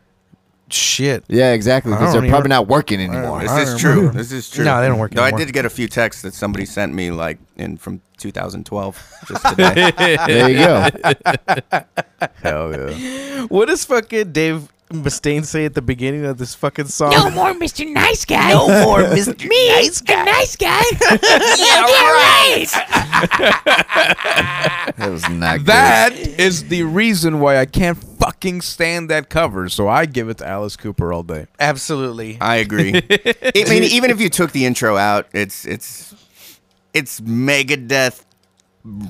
[SPEAKER 1] Shit.
[SPEAKER 4] Yeah, exactly.
[SPEAKER 1] I don't
[SPEAKER 4] Because they're
[SPEAKER 1] even-
[SPEAKER 4] probably not working anymore.
[SPEAKER 3] This
[SPEAKER 1] I
[SPEAKER 3] is
[SPEAKER 1] remember.
[SPEAKER 3] true. This is true.
[SPEAKER 1] No, they don't work
[SPEAKER 3] Though
[SPEAKER 1] anymore.
[SPEAKER 3] I did get a few texts that somebody sent me, like in from 2012, just today.
[SPEAKER 4] There you go.
[SPEAKER 2] Hell yeah.
[SPEAKER 1] What does fucking Dave Mustaine say at the beginning of this fucking song?
[SPEAKER 7] No more Mr. Nice Guy. Oh. No more Mr. Me, nice Guy. A nice guy. yeah, right.
[SPEAKER 4] That was not good.
[SPEAKER 2] That is the reason why I can't fucking stand that cover. So I give it to Alice Cooper all day.
[SPEAKER 1] Absolutely.
[SPEAKER 3] I agree. I mean, even if you took the intro out, it's it's it's Megadeth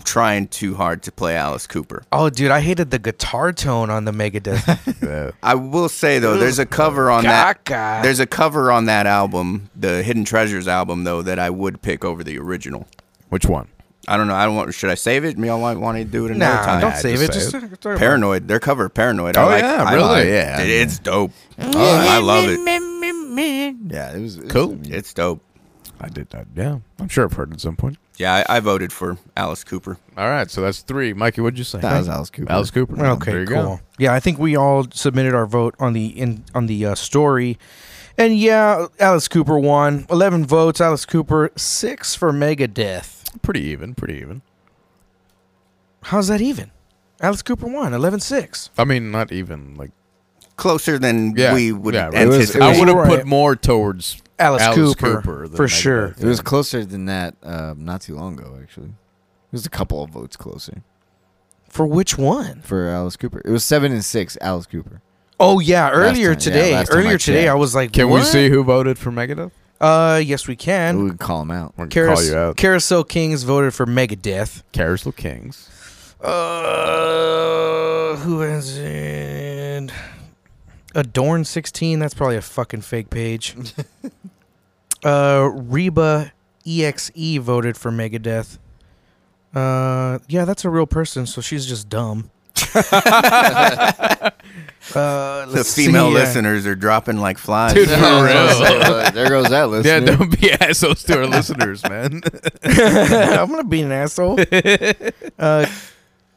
[SPEAKER 3] trying too hard to play Alice Cooper.
[SPEAKER 1] Oh, dude, I hated the guitar tone on the Megadeth.
[SPEAKER 2] Yeah.
[SPEAKER 3] I will say though, there's a cover on
[SPEAKER 1] Gaga.
[SPEAKER 3] that. There's a cover on that album, the Hidden Treasures album, though, that I would pick over the original.
[SPEAKER 2] Which one?
[SPEAKER 3] I don't know. I don't want. Should I save it? Me, I want, want to do it another
[SPEAKER 1] nah,
[SPEAKER 3] time.
[SPEAKER 1] don't
[SPEAKER 2] just
[SPEAKER 1] save it.
[SPEAKER 2] say
[SPEAKER 1] Just
[SPEAKER 3] Paranoid, their cover of Paranoid.
[SPEAKER 2] Oh,
[SPEAKER 3] I like, Oh,
[SPEAKER 2] yeah,
[SPEAKER 3] I
[SPEAKER 2] really?
[SPEAKER 3] like-
[SPEAKER 4] Yeah.
[SPEAKER 3] it- it's dope. I love it.
[SPEAKER 4] Yeah, it was it was
[SPEAKER 2] Cool.
[SPEAKER 4] amazing.
[SPEAKER 3] It's dope.
[SPEAKER 2] I did that. Yeah, I'm sure I've heard at some point.
[SPEAKER 3] Yeah, I, I voted for Alice Cooper.
[SPEAKER 2] All right, so that's three. Mikey, what'd you say?
[SPEAKER 4] That was Alice Cooper.
[SPEAKER 2] Alice Cooper. There
[SPEAKER 1] Okay,
[SPEAKER 2] you
[SPEAKER 1] cool.
[SPEAKER 2] go.
[SPEAKER 1] Yeah, I think we all submitted our vote on the in on the uh, story, and yeah, Alice Cooper won. Eleven votes. Alice Cooper six for Megadeth.
[SPEAKER 2] Pretty even. Pretty even.
[SPEAKER 1] How's that even? Alice Cooper won 11-6.
[SPEAKER 2] I mean, not even like
[SPEAKER 3] Closer than
[SPEAKER 2] Yeah,
[SPEAKER 3] we would
[SPEAKER 2] yeah, right.
[SPEAKER 4] It was-
[SPEAKER 3] anticipate.
[SPEAKER 2] I would have
[SPEAKER 1] Right.
[SPEAKER 2] put more towards
[SPEAKER 1] Alice Cooper,
[SPEAKER 2] than
[SPEAKER 1] for
[SPEAKER 2] Megadeth.
[SPEAKER 1] sure.
[SPEAKER 4] It was closer than that um, not too long ago, actually. It was a couple of votes closer
[SPEAKER 1] For which one?
[SPEAKER 4] for Alice Cooper. It was seven and six, Alice Cooper.
[SPEAKER 1] Oh yeah, earlier
[SPEAKER 4] time, yeah,
[SPEAKER 1] today.
[SPEAKER 4] last time I
[SPEAKER 1] earlier today,
[SPEAKER 4] checked.
[SPEAKER 1] I was like,
[SPEAKER 2] Can we
[SPEAKER 1] what?
[SPEAKER 2] see who voted for Megadeth?
[SPEAKER 1] Uh, yes, we
[SPEAKER 4] And we
[SPEAKER 1] can.
[SPEAKER 4] would call him out.
[SPEAKER 2] We're gonna call you
[SPEAKER 1] Carousel,
[SPEAKER 2] out.
[SPEAKER 1] Carousel Kings voted for Megadeth.
[SPEAKER 2] Carousel Kings.
[SPEAKER 1] Uh, who has it? Adorn sixteen. That's probably a fucking fake page. uh, Reba exe voted for Megadeth. Uh, yeah, that's a real person, so she's just dumb. uh,
[SPEAKER 3] The
[SPEAKER 1] let's
[SPEAKER 3] female
[SPEAKER 1] see, uh,
[SPEAKER 3] listeners are dropping like flies.
[SPEAKER 2] Dude, for real.
[SPEAKER 4] uh, there goes that list.
[SPEAKER 2] Yeah, don't be assholes to our listeners, man.
[SPEAKER 1] I'm gonna be an asshole. Uh,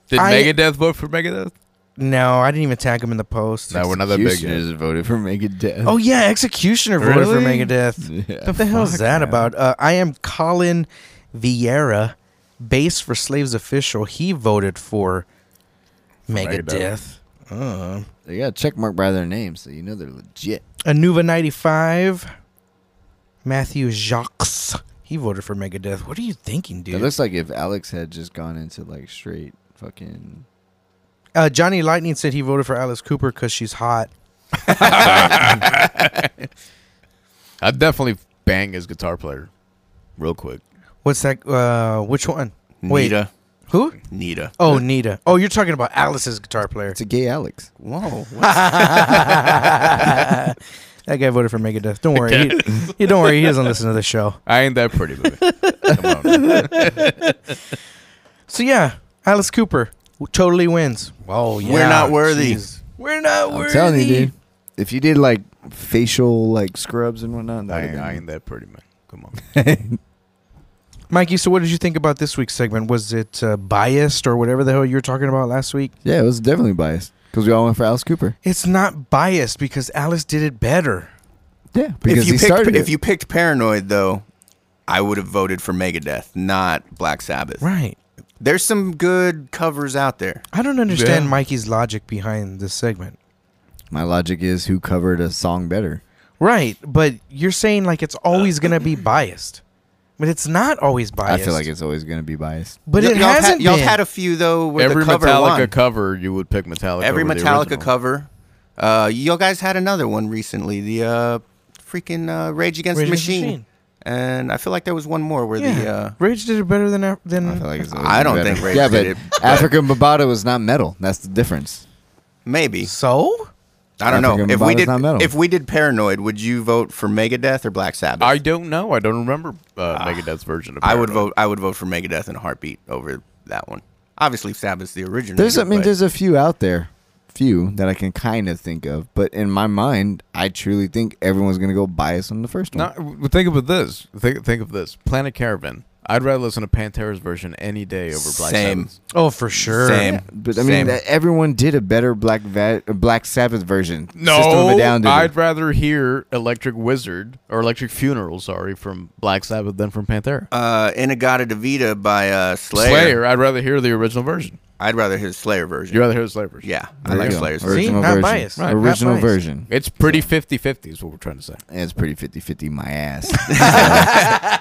[SPEAKER 2] Did
[SPEAKER 1] I-
[SPEAKER 2] Megadeth vote for Megadeth?
[SPEAKER 1] no, I didn't even tag him in the post.
[SPEAKER 2] No, we're not that big. yet.
[SPEAKER 4] voted for Megadeth.
[SPEAKER 1] Oh yeah, Executioner voted for
[SPEAKER 2] Really?
[SPEAKER 1] Megadeth.
[SPEAKER 4] yeah.
[SPEAKER 1] What the hell is that about? Uh, I am Colin Vieira, bass for Slaves Official. He voted for Megadeth.
[SPEAKER 2] Megadeth.
[SPEAKER 1] Uh,
[SPEAKER 4] They got a check mark by their name, so you know they're legit.
[SPEAKER 1] Anuva 95, Matthew Jacques. He voted for Megadeth. What are you thinking,
[SPEAKER 4] It
[SPEAKER 1] dude?
[SPEAKER 4] looks like if Alex had just gone into like straight fucking.
[SPEAKER 1] uh, Johnny Lightning said he voted for Alice Cooper because she's hot.
[SPEAKER 2] I'd definitely bang his guitar player real quick.
[SPEAKER 1] What's that? Uh, which one? Wait,
[SPEAKER 3] Nita.
[SPEAKER 1] who?
[SPEAKER 3] Nita.
[SPEAKER 1] Oh, Nita. Oh, you're talking about Alice's guitar player.
[SPEAKER 4] It's a gay Alex.
[SPEAKER 3] Whoa. what-
[SPEAKER 1] that guy voted for Megadeth. Don't worry. He, he- don't worry. He doesn't listen to the show.
[SPEAKER 2] I ain't that pretty, baby. Come on.
[SPEAKER 1] So yeah, Alice Cooper w- totally wins. Oh yeah,
[SPEAKER 3] We're not worthy.
[SPEAKER 1] Jeez. We're not
[SPEAKER 4] I'm
[SPEAKER 1] worthy.
[SPEAKER 4] telling you, dude. If you did like facial like scrubs and
[SPEAKER 2] I,
[SPEAKER 4] whatnot, that
[SPEAKER 2] ain't, I
[SPEAKER 4] would
[SPEAKER 2] ain't that pretty, man. Come on.
[SPEAKER 1] Mikey. So what did you think about this week's segment? Was it uh, biased or whatever the hell you were talking about last week?
[SPEAKER 4] yeah, it was definitely biased because we all went for Alice Cooper.
[SPEAKER 1] It's not biased because Alice did it better.
[SPEAKER 4] Yeah, because
[SPEAKER 3] If you
[SPEAKER 4] he
[SPEAKER 3] picked
[SPEAKER 4] started.
[SPEAKER 3] if
[SPEAKER 4] it.
[SPEAKER 3] you picked Paranoid though, I would have voted for Megadeth, not Black Sabbath.
[SPEAKER 1] Right.
[SPEAKER 3] There's some good covers out there.
[SPEAKER 1] I don't understand
[SPEAKER 2] Yeah.
[SPEAKER 1] Mikey's logic behind this segment.
[SPEAKER 4] My logic is who covered a song better.
[SPEAKER 1] Right, but you're saying like it's always gonna be biased, but it's not always biased.
[SPEAKER 4] I feel like it's always going to be biased.
[SPEAKER 1] but
[SPEAKER 3] Y-
[SPEAKER 1] it
[SPEAKER 3] y'all
[SPEAKER 1] hasn't
[SPEAKER 3] Had, y'all
[SPEAKER 1] been.
[SPEAKER 3] had a few though where
[SPEAKER 2] Every
[SPEAKER 3] the cover
[SPEAKER 2] Metallica
[SPEAKER 3] won.
[SPEAKER 2] cover, you would pick Metallica.
[SPEAKER 3] Every
[SPEAKER 2] over the
[SPEAKER 3] Metallica
[SPEAKER 2] original.
[SPEAKER 3] cover. Uh, y'all guys had another one recently, the uh, freaking uh, Rage Against
[SPEAKER 1] Rage
[SPEAKER 3] the
[SPEAKER 1] Against the
[SPEAKER 3] Machine.
[SPEAKER 1] Machine.
[SPEAKER 3] And I feel like there was one more where
[SPEAKER 1] yeah.
[SPEAKER 3] the uh,
[SPEAKER 1] Rage did it better than Af- than
[SPEAKER 4] I feel like it's always
[SPEAKER 3] I
[SPEAKER 4] been
[SPEAKER 3] don't
[SPEAKER 4] better.
[SPEAKER 3] think Rage
[SPEAKER 4] Yeah, but
[SPEAKER 3] did
[SPEAKER 4] African Babata was not metal. That's the difference.
[SPEAKER 3] maybe
[SPEAKER 1] so.
[SPEAKER 3] I don't know
[SPEAKER 4] African
[SPEAKER 3] if we
[SPEAKER 4] Babata's
[SPEAKER 3] did
[SPEAKER 4] not metal.
[SPEAKER 3] if we did Paranoid, would you vote for Megadeth or Black Sabbath?
[SPEAKER 2] I don't know. I don't remember uh, Megadeth's version of
[SPEAKER 3] I would
[SPEAKER 2] Paranoid.
[SPEAKER 3] vote. I would vote for Megadeth in a heartbeat over that one. Obviously, Sabbath's the original.
[SPEAKER 4] There's, I mean, there's a few out there, few that I can kind of think of, but in my mind, I truly think everyone's going to go biased on the first one.
[SPEAKER 2] No, w- think about this. Think, think of this. Planet Caravan. I'd rather listen to Pantera's version any day over Black
[SPEAKER 3] Same.
[SPEAKER 2] Sabbath's.
[SPEAKER 1] Oh, for sure.
[SPEAKER 3] Same.
[SPEAKER 4] But I
[SPEAKER 3] Same.
[SPEAKER 4] mean, that everyone did a better Black Va- uh, Black Sabbath version. System of
[SPEAKER 2] No,
[SPEAKER 4] a Down did it.
[SPEAKER 2] I'd rather hear Electric Wizard or Electric Funeral, sorry, from Black Sabbath than from Pantera.
[SPEAKER 3] uh, Inagata Devita by uh, Slayer.
[SPEAKER 2] I'd rather hear the original version.
[SPEAKER 3] I'd rather hear the Slayer version.
[SPEAKER 2] You'd rather hear the Slayer version.
[SPEAKER 3] yeah, I
[SPEAKER 4] There you
[SPEAKER 3] like
[SPEAKER 4] go.
[SPEAKER 3] Slayer's version.
[SPEAKER 1] Orig-
[SPEAKER 4] Original
[SPEAKER 1] not
[SPEAKER 4] version.
[SPEAKER 1] biased. Right, not
[SPEAKER 4] Original
[SPEAKER 1] biased.
[SPEAKER 4] version.
[SPEAKER 2] It's pretty 50 50 is what we're trying to say.
[SPEAKER 4] And it's pretty 50-50 my ass.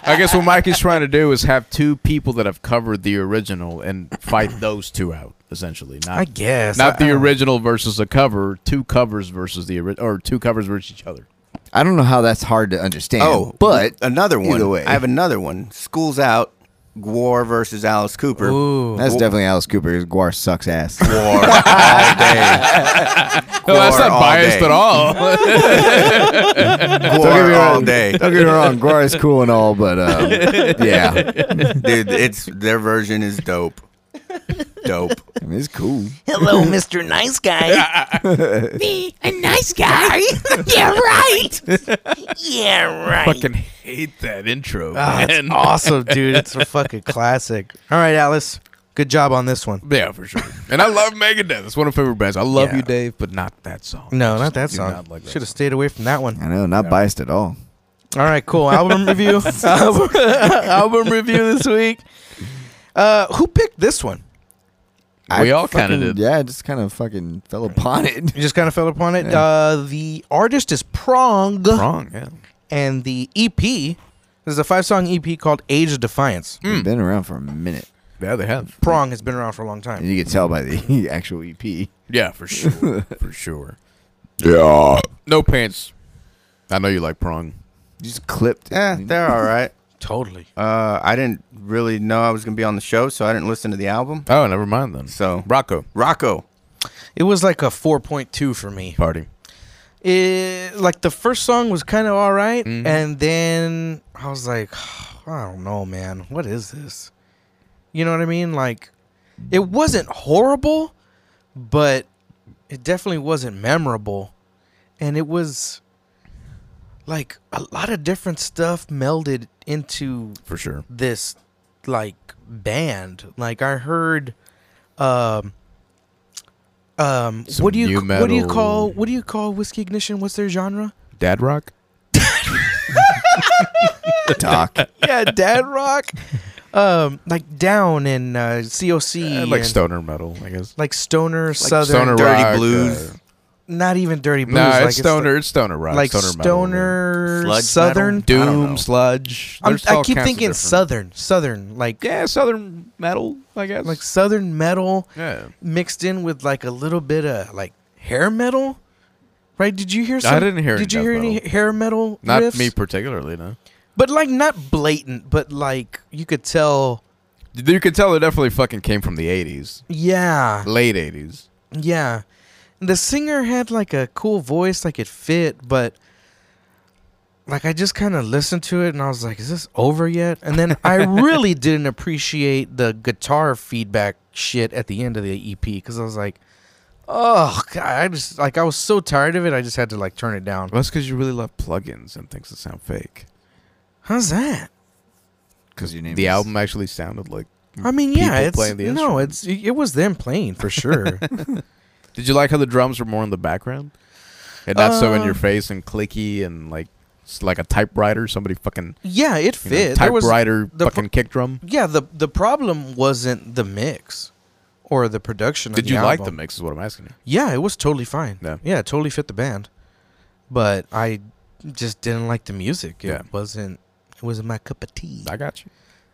[SPEAKER 2] I guess what Mikey's trying to do is have two people that have covered the original and fight those two out, essentially. Not,
[SPEAKER 1] I guess.
[SPEAKER 2] Not
[SPEAKER 1] I-
[SPEAKER 2] the
[SPEAKER 1] I-
[SPEAKER 2] original versus a cover, two covers versus the original, or two covers versus each other.
[SPEAKER 4] I don't know how that's hard to understand.
[SPEAKER 3] Oh,
[SPEAKER 4] but
[SPEAKER 3] another one.
[SPEAKER 4] Either way,
[SPEAKER 3] I have another one. School's out. Gwar versus Alice Cooper.
[SPEAKER 1] Ooh.
[SPEAKER 4] that's definitely Alice Cooper. His Guar sucks ass.
[SPEAKER 3] Gwar all day.
[SPEAKER 2] No, that's
[SPEAKER 3] Gwar
[SPEAKER 2] not
[SPEAKER 3] all
[SPEAKER 2] biased
[SPEAKER 3] day.
[SPEAKER 2] at all.
[SPEAKER 3] Gwar all day.
[SPEAKER 4] Don't get me wrong, Guar is cool and all, but um, yeah,
[SPEAKER 3] Dude, it's their version is dope. dope.
[SPEAKER 4] I mean, it's cool.
[SPEAKER 7] Hello, Mr. Nice Guy. Me, a nice guy? yeah, right. Yeah, right.
[SPEAKER 2] fucking hate that intro,
[SPEAKER 1] Ah, it's
[SPEAKER 2] man.
[SPEAKER 1] awesome, dude. It's a fucking classic. All right, Alice. Good job on this one.
[SPEAKER 2] Yeah, for sure. And I love Megadeth. It's one of my favorite bands. I love
[SPEAKER 1] Yeah.
[SPEAKER 2] you, Dave, but not that song.
[SPEAKER 1] No,
[SPEAKER 2] I
[SPEAKER 1] not
[SPEAKER 2] just
[SPEAKER 1] that
[SPEAKER 2] do
[SPEAKER 1] song.
[SPEAKER 2] not like that
[SPEAKER 1] Should have
[SPEAKER 2] song.
[SPEAKER 1] stayed away from that one.
[SPEAKER 4] I know, not biased at all.
[SPEAKER 1] All right, cool. Album review. album, album review this week. Uh, who picked this one?
[SPEAKER 2] We
[SPEAKER 4] I
[SPEAKER 2] all kind
[SPEAKER 4] fucking-
[SPEAKER 2] of did.
[SPEAKER 4] Yeah, I just kind of fucking fell upon it.
[SPEAKER 1] You just kind of fell upon it.
[SPEAKER 4] Yeah.
[SPEAKER 1] Uh, the artist is Prong,
[SPEAKER 2] Wrong, yeah.
[SPEAKER 1] and the EP this is a five-song EP called "Age of Defiance."
[SPEAKER 2] Hmm.
[SPEAKER 4] It's Been around for a minute,
[SPEAKER 2] Yeah, they have.
[SPEAKER 1] Prong has been around for a long
[SPEAKER 4] and
[SPEAKER 1] time.
[SPEAKER 4] you can tell by the actual E EP.
[SPEAKER 2] Yeah, for sure. for sure. Yeah. No pants. I know you like prong.
[SPEAKER 4] Just clipped.
[SPEAKER 3] Yeah, Eh,
[SPEAKER 2] Mm-hmm.
[SPEAKER 3] they're all right.
[SPEAKER 1] Totally.
[SPEAKER 3] Uh, I didn't really know I was gonna be on the show, so I didn't listen to the album.
[SPEAKER 2] Oh, never mind then.
[SPEAKER 3] So-
[SPEAKER 2] Rocco
[SPEAKER 3] Rocco,
[SPEAKER 1] It was like a 4.2 for me.
[SPEAKER 2] party.
[SPEAKER 1] It, like the first song was kind of all right, and then I was like, I don't know, man. What is this? You know what I mean? Like, it wasn't horrible, but it definitely wasn't memorable, and it was like a lot of different stuff melded into
[SPEAKER 2] For sure.
[SPEAKER 1] this like band. Like I heard um um
[SPEAKER 2] Some
[SPEAKER 1] what do you
[SPEAKER 2] new
[SPEAKER 1] what do you
[SPEAKER 2] metal.
[SPEAKER 1] call what do you call whiskey ignition? What's their genre?
[SPEAKER 2] Dad rock?
[SPEAKER 4] Doc.
[SPEAKER 1] Yeah, dad rock. Um like down and uh COC
[SPEAKER 2] Eh, like
[SPEAKER 1] and-
[SPEAKER 2] stoner metal, I guess.
[SPEAKER 1] like stoner southern
[SPEAKER 2] stoner
[SPEAKER 3] Dirty
[SPEAKER 2] rock,
[SPEAKER 3] Blues.
[SPEAKER 2] uh,
[SPEAKER 1] not even dirty blues
[SPEAKER 2] no,
[SPEAKER 1] like
[SPEAKER 2] it's stoner. It's stoner rock.
[SPEAKER 1] like
[SPEAKER 2] stoner,
[SPEAKER 1] stoner
[SPEAKER 3] Sludge metal?
[SPEAKER 1] southern
[SPEAKER 2] metal.
[SPEAKER 3] I don't know.
[SPEAKER 2] doom, sludge.
[SPEAKER 1] I'm-
[SPEAKER 2] There's
[SPEAKER 1] I
[SPEAKER 2] all
[SPEAKER 1] keep
[SPEAKER 2] kinds of
[SPEAKER 1] thinking
[SPEAKER 2] different-
[SPEAKER 1] southern southern like
[SPEAKER 2] Yeah, southern metal, I guess.
[SPEAKER 1] like southern metal
[SPEAKER 2] yeah.
[SPEAKER 1] mixed in with like a little bit of like hair metal, right? Did you hear? Some,
[SPEAKER 2] didn't hear any
[SPEAKER 1] Did you
[SPEAKER 2] death
[SPEAKER 1] hear any
[SPEAKER 2] metal.
[SPEAKER 1] hair metal?
[SPEAKER 2] Not
[SPEAKER 1] riffs?
[SPEAKER 2] me particularly, no.
[SPEAKER 1] but like not blatant, but like you could tell.
[SPEAKER 2] You can tell it definitely fucking came from the 80s,
[SPEAKER 1] Yeah,
[SPEAKER 2] late 80s.
[SPEAKER 1] yeah. The singer had like a cool voice, like it fit, but like I just kind of listened to it and I was like, "Is this over yet?" And then I really didn't appreciate the guitar feedback shit at the end of the EP because I was like. Oh god! I just like I was so tired of it. I just had to like turn it down.
[SPEAKER 2] Well, that's because you really love plugins and things that sound fake.
[SPEAKER 1] How's that?
[SPEAKER 4] Because your name
[SPEAKER 2] The
[SPEAKER 4] is-
[SPEAKER 2] album actually sounded like.
[SPEAKER 1] I mean, yeah,
[SPEAKER 2] people
[SPEAKER 1] it's
[SPEAKER 2] playing the
[SPEAKER 1] no, it's it was them playing for sure.
[SPEAKER 2] Did you like how the drums were more in the background and not so in
[SPEAKER 1] Uh,
[SPEAKER 2] your face and clicky and like it's like a typewriter? Somebody fucking
[SPEAKER 1] yeah, it
[SPEAKER 2] you know,
[SPEAKER 1] fit. There was-
[SPEAKER 2] typewriter
[SPEAKER 1] the pro-
[SPEAKER 2] fucking kick drum.
[SPEAKER 1] yeah, the the problem wasn't the mix or the production. of
[SPEAKER 2] Did
[SPEAKER 1] the
[SPEAKER 2] you like the
[SPEAKER 1] album.
[SPEAKER 2] mix? Is what I'm asking you.
[SPEAKER 1] Yeah, it was totally fine.
[SPEAKER 2] Yeah.
[SPEAKER 1] yeah, it totally fit the band, but I just didn't like the music. It
[SPEAKER 2] Yeah.
[SPEAKER 1] wasn't it wasn't my cup of tea.
[SPEAKER 2] I got you.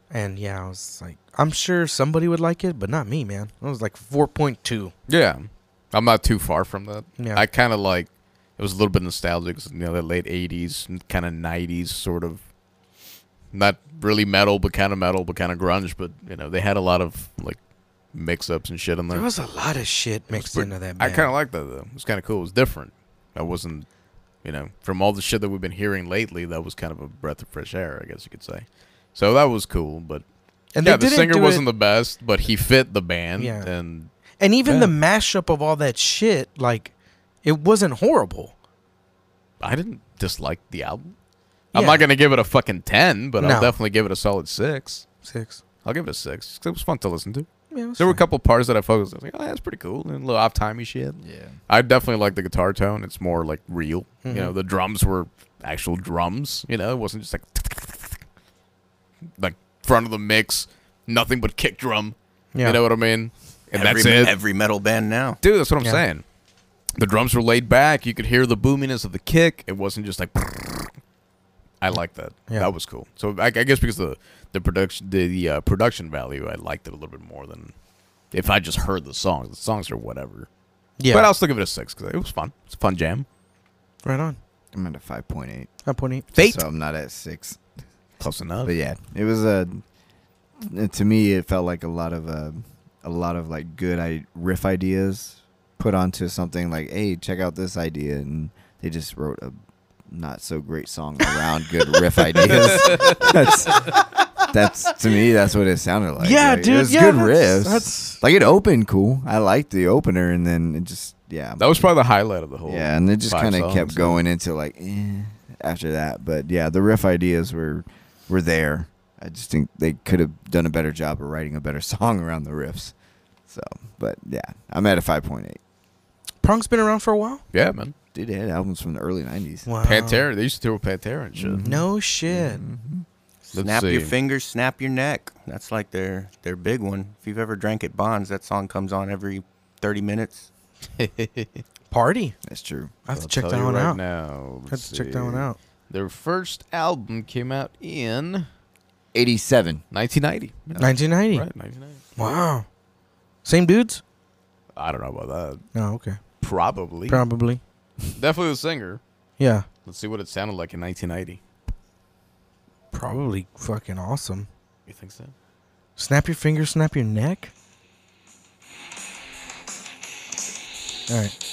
[SPEAKER 1] And yeah, I was like, I'm sure somebody would like it, but not me, man. It was like 4.2.
[SPEAKER 2] Yeah, I'm not too far from that.
[SPEAKER 1] Yeah.
[SPEAKER 2] I kind of like it was a little bit nostalgic. 'cause, You know, that late '80s, kind of '90s sort of not really metal, but kind of metal, but kind of grunge. But you know, they had a lot of like mix-ups and shit in there.
[SPEAKER 1] There was a lot of shit mixed
[SPEAKER 2] But
[SPEAKER 1] into that.
[SPEAKER 2] I
[SPEAKER 1] Band.
[SPEAKER 2] kind of like that though. It was kind of cool. It was different. I wasn't, you know, from all the shit that we've been hearing lately. That was kind of a breath of fresh air, I guess you could say. So that was cool. But
[SPEAKER 1] and
[SPEAKER 2] yeah,
[SPEAKER 1] they
[SPEAKER 2] the
[SPEAKER 1] didn't
[SPEAKER 2] singer
[SPEAKER 1] do
[SPEAKER 2] wasn't
[SPEAKER 1] it-
[SPEAKER 2] the best, but he fit the band.
[SPEAKER 1] Yeah.
[SPEAKER 2] And
[SPEAKER 1] And even
[SPEAKER 2] Yeah.
[SPEAKER 1] the mashup of all that shit, like, it wasn't horrible.
[SPEAKER 2] I didn't dislike the album. I'm
[SPEAKER 1] Yeah.
[SPEAKER 2] not gonna give it a fucking ten, but
[SPEAKER 1] No.
[SPEAKER 2] I'll definitely give it a solid six.
[SPEAKER 1] Six.
[SPEAKER 2] I'll give it a six. 'cause It was fun to listen to.
[SPEAKER 1] Yeah, it was
[SPEAKER 2] There were a
[SPEAKER 1] fine.
[SPEAKER 2] couple parts that I focused. on. I was like, oh, that's pretty cool, and a little off timey shit.
[SPEAKER 4] Yeah.
[SPEAKER 2] I definitely like the guitar tone. It's more like real.
[SPEAKER 1] Mm-hmm.
[SPEAKER 2] You know, the drums were actual drums. You know, it wasn't just like like front of the mix, nothing but kick drum.
[SPEAKER 1] Yeah.
[SPEAKER 2] You know what I mean? And
[SPEAKER 3] every,
[SPEAKER 2] that's it,
[SPEAKER 3] Every metal band now.
[SPEAKER 2] dude. That's what I'm
[SPEAKER 1] Yeah.
[SPEAKER 2] saying. The drums were laid back. You could hear the boominess of the kick. It wasn't just like. I like that.
[SPEAKER 1] Yeah.
[SPEAKER 2] That was cool. So I, I guess because the the production the, the uh, production value, I liked it a little bit more than if I just heard the songs. The songs are whatever.
[SPEAKER 1] Yeah.
[SPEAKER 2] But I'll still give it a six because it was fun. It's a fun jam.
[SPEAKER 1] right on.
[SPEAKER 4] I'm at a 5.8.
[SPEAKER 1] Up point eight.
[SPEAKER 2] Fate.
[SPEAKER 4] So I'm not at 6.
[SPEAKER 2] Close enough.
[SPEAKER 4] But yeah, it was a. uh, To me, it felt like a lot of uh, a lot of like good I- riff ideas put onto something like, hey, check out this idea, and they just wrote a not so great song around good riff ideas. That's That's to me. That's what it sounded like.
[SPEAKER 1] Yeah,
[SPEAKER 4] Like, It
[SPEAKER 1] dude,
[SPEAKER 4] was
[SPEAKER 1] yeah,
[SPEAKER 4] good
[SPEAKER 1] that's-
[SPEAKER 4] riffs.
[SPEAKER 1] that's-
[SPEAKER 4] like it opened cool. I liked the opener, and then it just yeah.
[SPEAKER 2] That was probably the highlight of the whole.
[SPEAKER 4] yeah, and it just
[SPEAKER 2] five
[SPEAKER 4] kind of
[SPEAKER 2] songs,
[SPEAKER 4] kept
[SPEAKER 2] so.
[SPEAKER 4] going into like eh, after that. But yeah, the riff ideas were were there. I just think they could have done a better job of writing a better song around the riffs. So, but yeah, I'm at a 5.8.
[SPEAKER 1] Prong's been around for a while.
[SPEAKER 2] Yeah, man.
[SPEAKER 4] Dude, they had albums from the early 90s.
[SPEAKER 1] Wow.
[SPEAKER 2] Pantera. They used to tour with Pantera and shit.
[SPEAKER 1] Um, No shit.
[SPEAKER 2] Let's
[SPEAKER 3] snap your
[SPEAKER 2] see.
[SPEAKER 3] fingers, snap your neck. That's like their their big one. If you've ever drank at Bonds, that song comes on every 30 minutes.
[SPEAKER 1] Party.
[SPEAKER 4] That's true.
[SPEAKER 1] I have to
[SPEAKER 2] I'll
[SPEAKER 1] check
[SPEAKER 2] tell
[SPEAKER 1] that
[SPEAKER 2] you
[SPEAKER 1] one
[SPEAKER 2] right
[SPEAKER 1] out.
[SPEAKER 2] Now.
[SPEAKER 1] I have
[SPEAKER 2] Let's
[SPEAKER 1] to check that one
[SPEAKER 2] see.
[SPEAKER 1] out.
[SPEAKER 2] Their first album came out in
[SPEAKER 4] 87.
[SPEAKER 2] 1990. Yeah,
[SPEAKER 1] 1990.
[SPEAKER 2] Right, 1990.
[SPEAKER 1] Wow. Same dudes?
[SPEAKER 2] I don't know about that.
[SPEAKER 1] Oh, okay.
[SPEAKER 2] Probably.
[SPEAKER 1] Probably.
[SPEAKER 2] Definitely the singer.
[SPEAKER 1] Yeah.
[SPEAKER 2] Let's see what it sounded like in 1990.
[SPEAKER 1] Probably fucking awesome.
[SPEAKER 2] You think so?
[SPEAKER 1] Snap your finger, snap your neck. All right.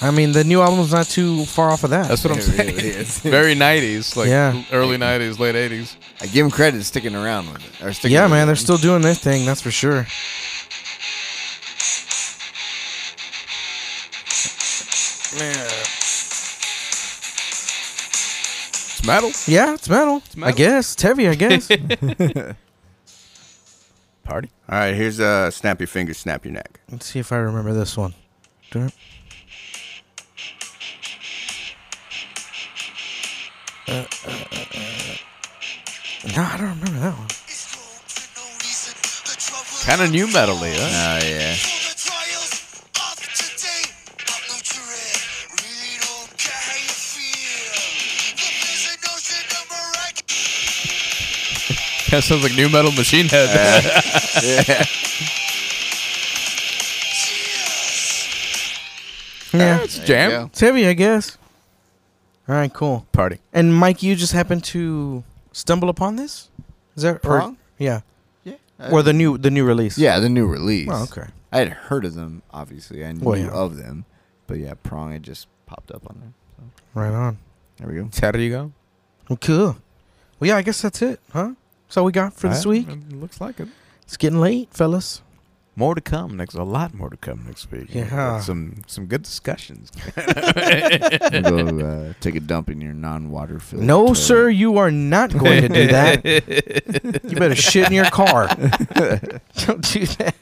[SPEAKER 1] I mean, the new album's not too far off of that.
[SPEAKER 2] That's what I'm saying. Very 90s, like
[SPEAKER 1] Yeah.
[SPEAKER 2] early 90s, late 80s.
[SPEAKER 4] I give them credit sticking around with it. Or sticking
[SPEAKER 1] yeah,
[SPEAKER 4] with
[SPEAKER 1] man,
[SPEAKER 4] it.
[SPEAKER 1] they're still doing their thing. That's for sure.
[SPEAKER 2] It's metal.
[SPEAKER 1] Yeah, it's metal. I
[SPEAKER 2] metal.
[SPEAKER 1] guess. It's heavy, I guess.
[SPEAKER 2] Party.
[SPEAKER 3] All right, here's uh, snap your fingers, snap your neck.
[SPEAKER 1] Let's see if I remember this one. Dun- Uh, No, I don't remember that one.
[SPEAKER 2] Kind of new metal eh? huh?
[SPEAKER 4] Oh, yeah.
[SPEAKER 2] That sounds like new metal machine head.
[SPEAKER 1] Yeah,
[SPEAKER 2] it's a jam.
[SPEAKER 4] go.
[SPEAKER 1] it's heavy, I guess. All right, cool.
[SPEAKER 2] Party.
[SPEAKER 1] And Mike, you just happened to stumble upon this? Is that or-
[SPEAKER 4] Prong?
[SPEAKER 1] yeah, or the new the new release?
[SPEAKER 4] Yeah, the new release.
[SPEAKER 1] Oh, okay.
[SPEAKER 4] I had heard of them, obviously. I knew
[SPEAKER 1] Well, yeah.
[SPEAKER 4] of them. But yeah, Prong had just popped up on there. So
[SPEAKER 1] Right on.
[SPEAKER 4] there we go.
[SPEAKER 2] How do you go?
[SPEAKER 1] Well, cool. Well, yeah, I guess that's it, huh? That's all we got for this week.
[SPEAKER 2] Looks like it.
[SPEAKER 1] It's getting late, fellas.
[SPEAKER 2] More to come next. A lot more to come next week.
[SPEAKER 1] Yeah.
[SPEAKER 2] Got Some some good discussions.
[SPEAKER 4] You go uh, take a dump in your non water filled.
[SPEAKER 1] No,
[SPEAKER 4] toilet.
[SPEAKER 1] sir, you are not going to do that. you better shit in your car. Don't do that.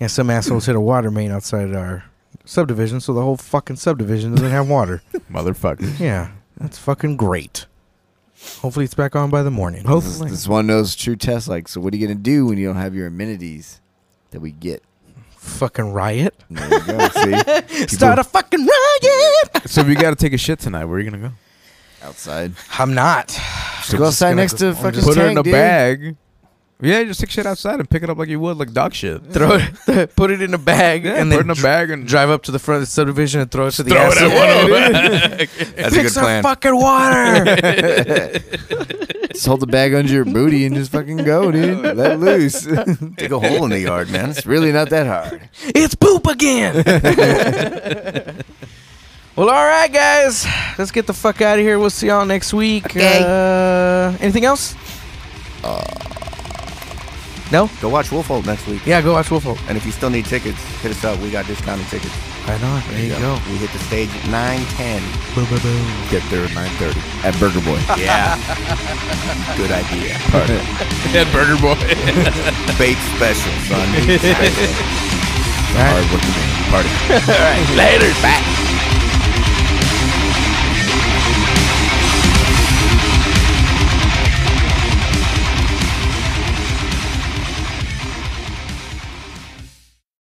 [SPEAKER 1] yeah, some assholes hit a water main outside our subdivision, so the whole fucking subdivision doesn't have water.
[SPEAKER 2] Motherfucker.
[SPEAKER 1] Yeah, that's fucking great. Hopefully, it's back on by the morning.
[SPEAKER 4] This,
[SPEAKER 1] Hopefully,
[SPEAKER 4] this one knows true test. Like, so what are you going to do when you don't have your amenities that we get?
[SPEAKER 1] fucking riot.
[SPEAKER 4] And there you go. See?
[SPEAKER 1] Start a fucking riot.
[SPEAKER 2] so if you got to take a shit tonight, where are you going to go?
[SPEAKER 4] Outside.
[SPEAKER 1] I'm not.
[SPEAKER 4] Just go outside next to fucking
[SPEAKER 2] Put it in a
[SPEAKER 4] tank, dude.
[SPEAKER 2] bag. Yeah, just take shit outside and pick it up like you would like dog shit.
[SPEAKER 1] Throw it, put it in a bag,
[SPEAKER 2] Yeah,
[SPEAKER 1] and
[SPEAKER 2] put it
[SPEAKER 1] then
[SPEAKER 2] in a bag and
[SPEAKER 1] drive up to the front of the subdivision and throw it to the
[SPEAKER 2] Throw it
[SPEAKER 1] asshole.
[SPEAKER 2] at one of
[SPEAKER 3] That's a good plan.
[SPEAKER 1] fucking water.
[SPEAKER 4] Just hold the bag under your booty and just fucking go, dude. Let loose. it's
[SPEAKER 3] Dig a hole in the yard, man.
[SPEAKER 4] really not that hard.
[SPEAKER 1] it's poop again. well, all right, guys. Let's get the fuck out of here. We'll see y'all next week. Uh, anything else? Uh, no?
[SPEAKER 3] Go watch Wolfhold next week.
[SPEAKER 1] Yeah, go watch Wolfo.
[SPEAKER 3] And if you still need tickets, hit us up. We got discounted tickets.
[SPEAKER 1] Right on. There you go.
[SPEAKER 3] We hit the stage at 9:10.
[SPEAKER 1] Boom, boom, boom.
[SPEAKER 4] Get there at 9.30 at Burger Boy.
[SPEAKER 3] Yeah. good idea.
[SPEAKER 2] Head burger boy.
[SPEAKER 3] Bait special, son. Bait special.
[SPEAKER 4] Hard working man.
[SPEAKER 3] Party. All right. Later. Bye.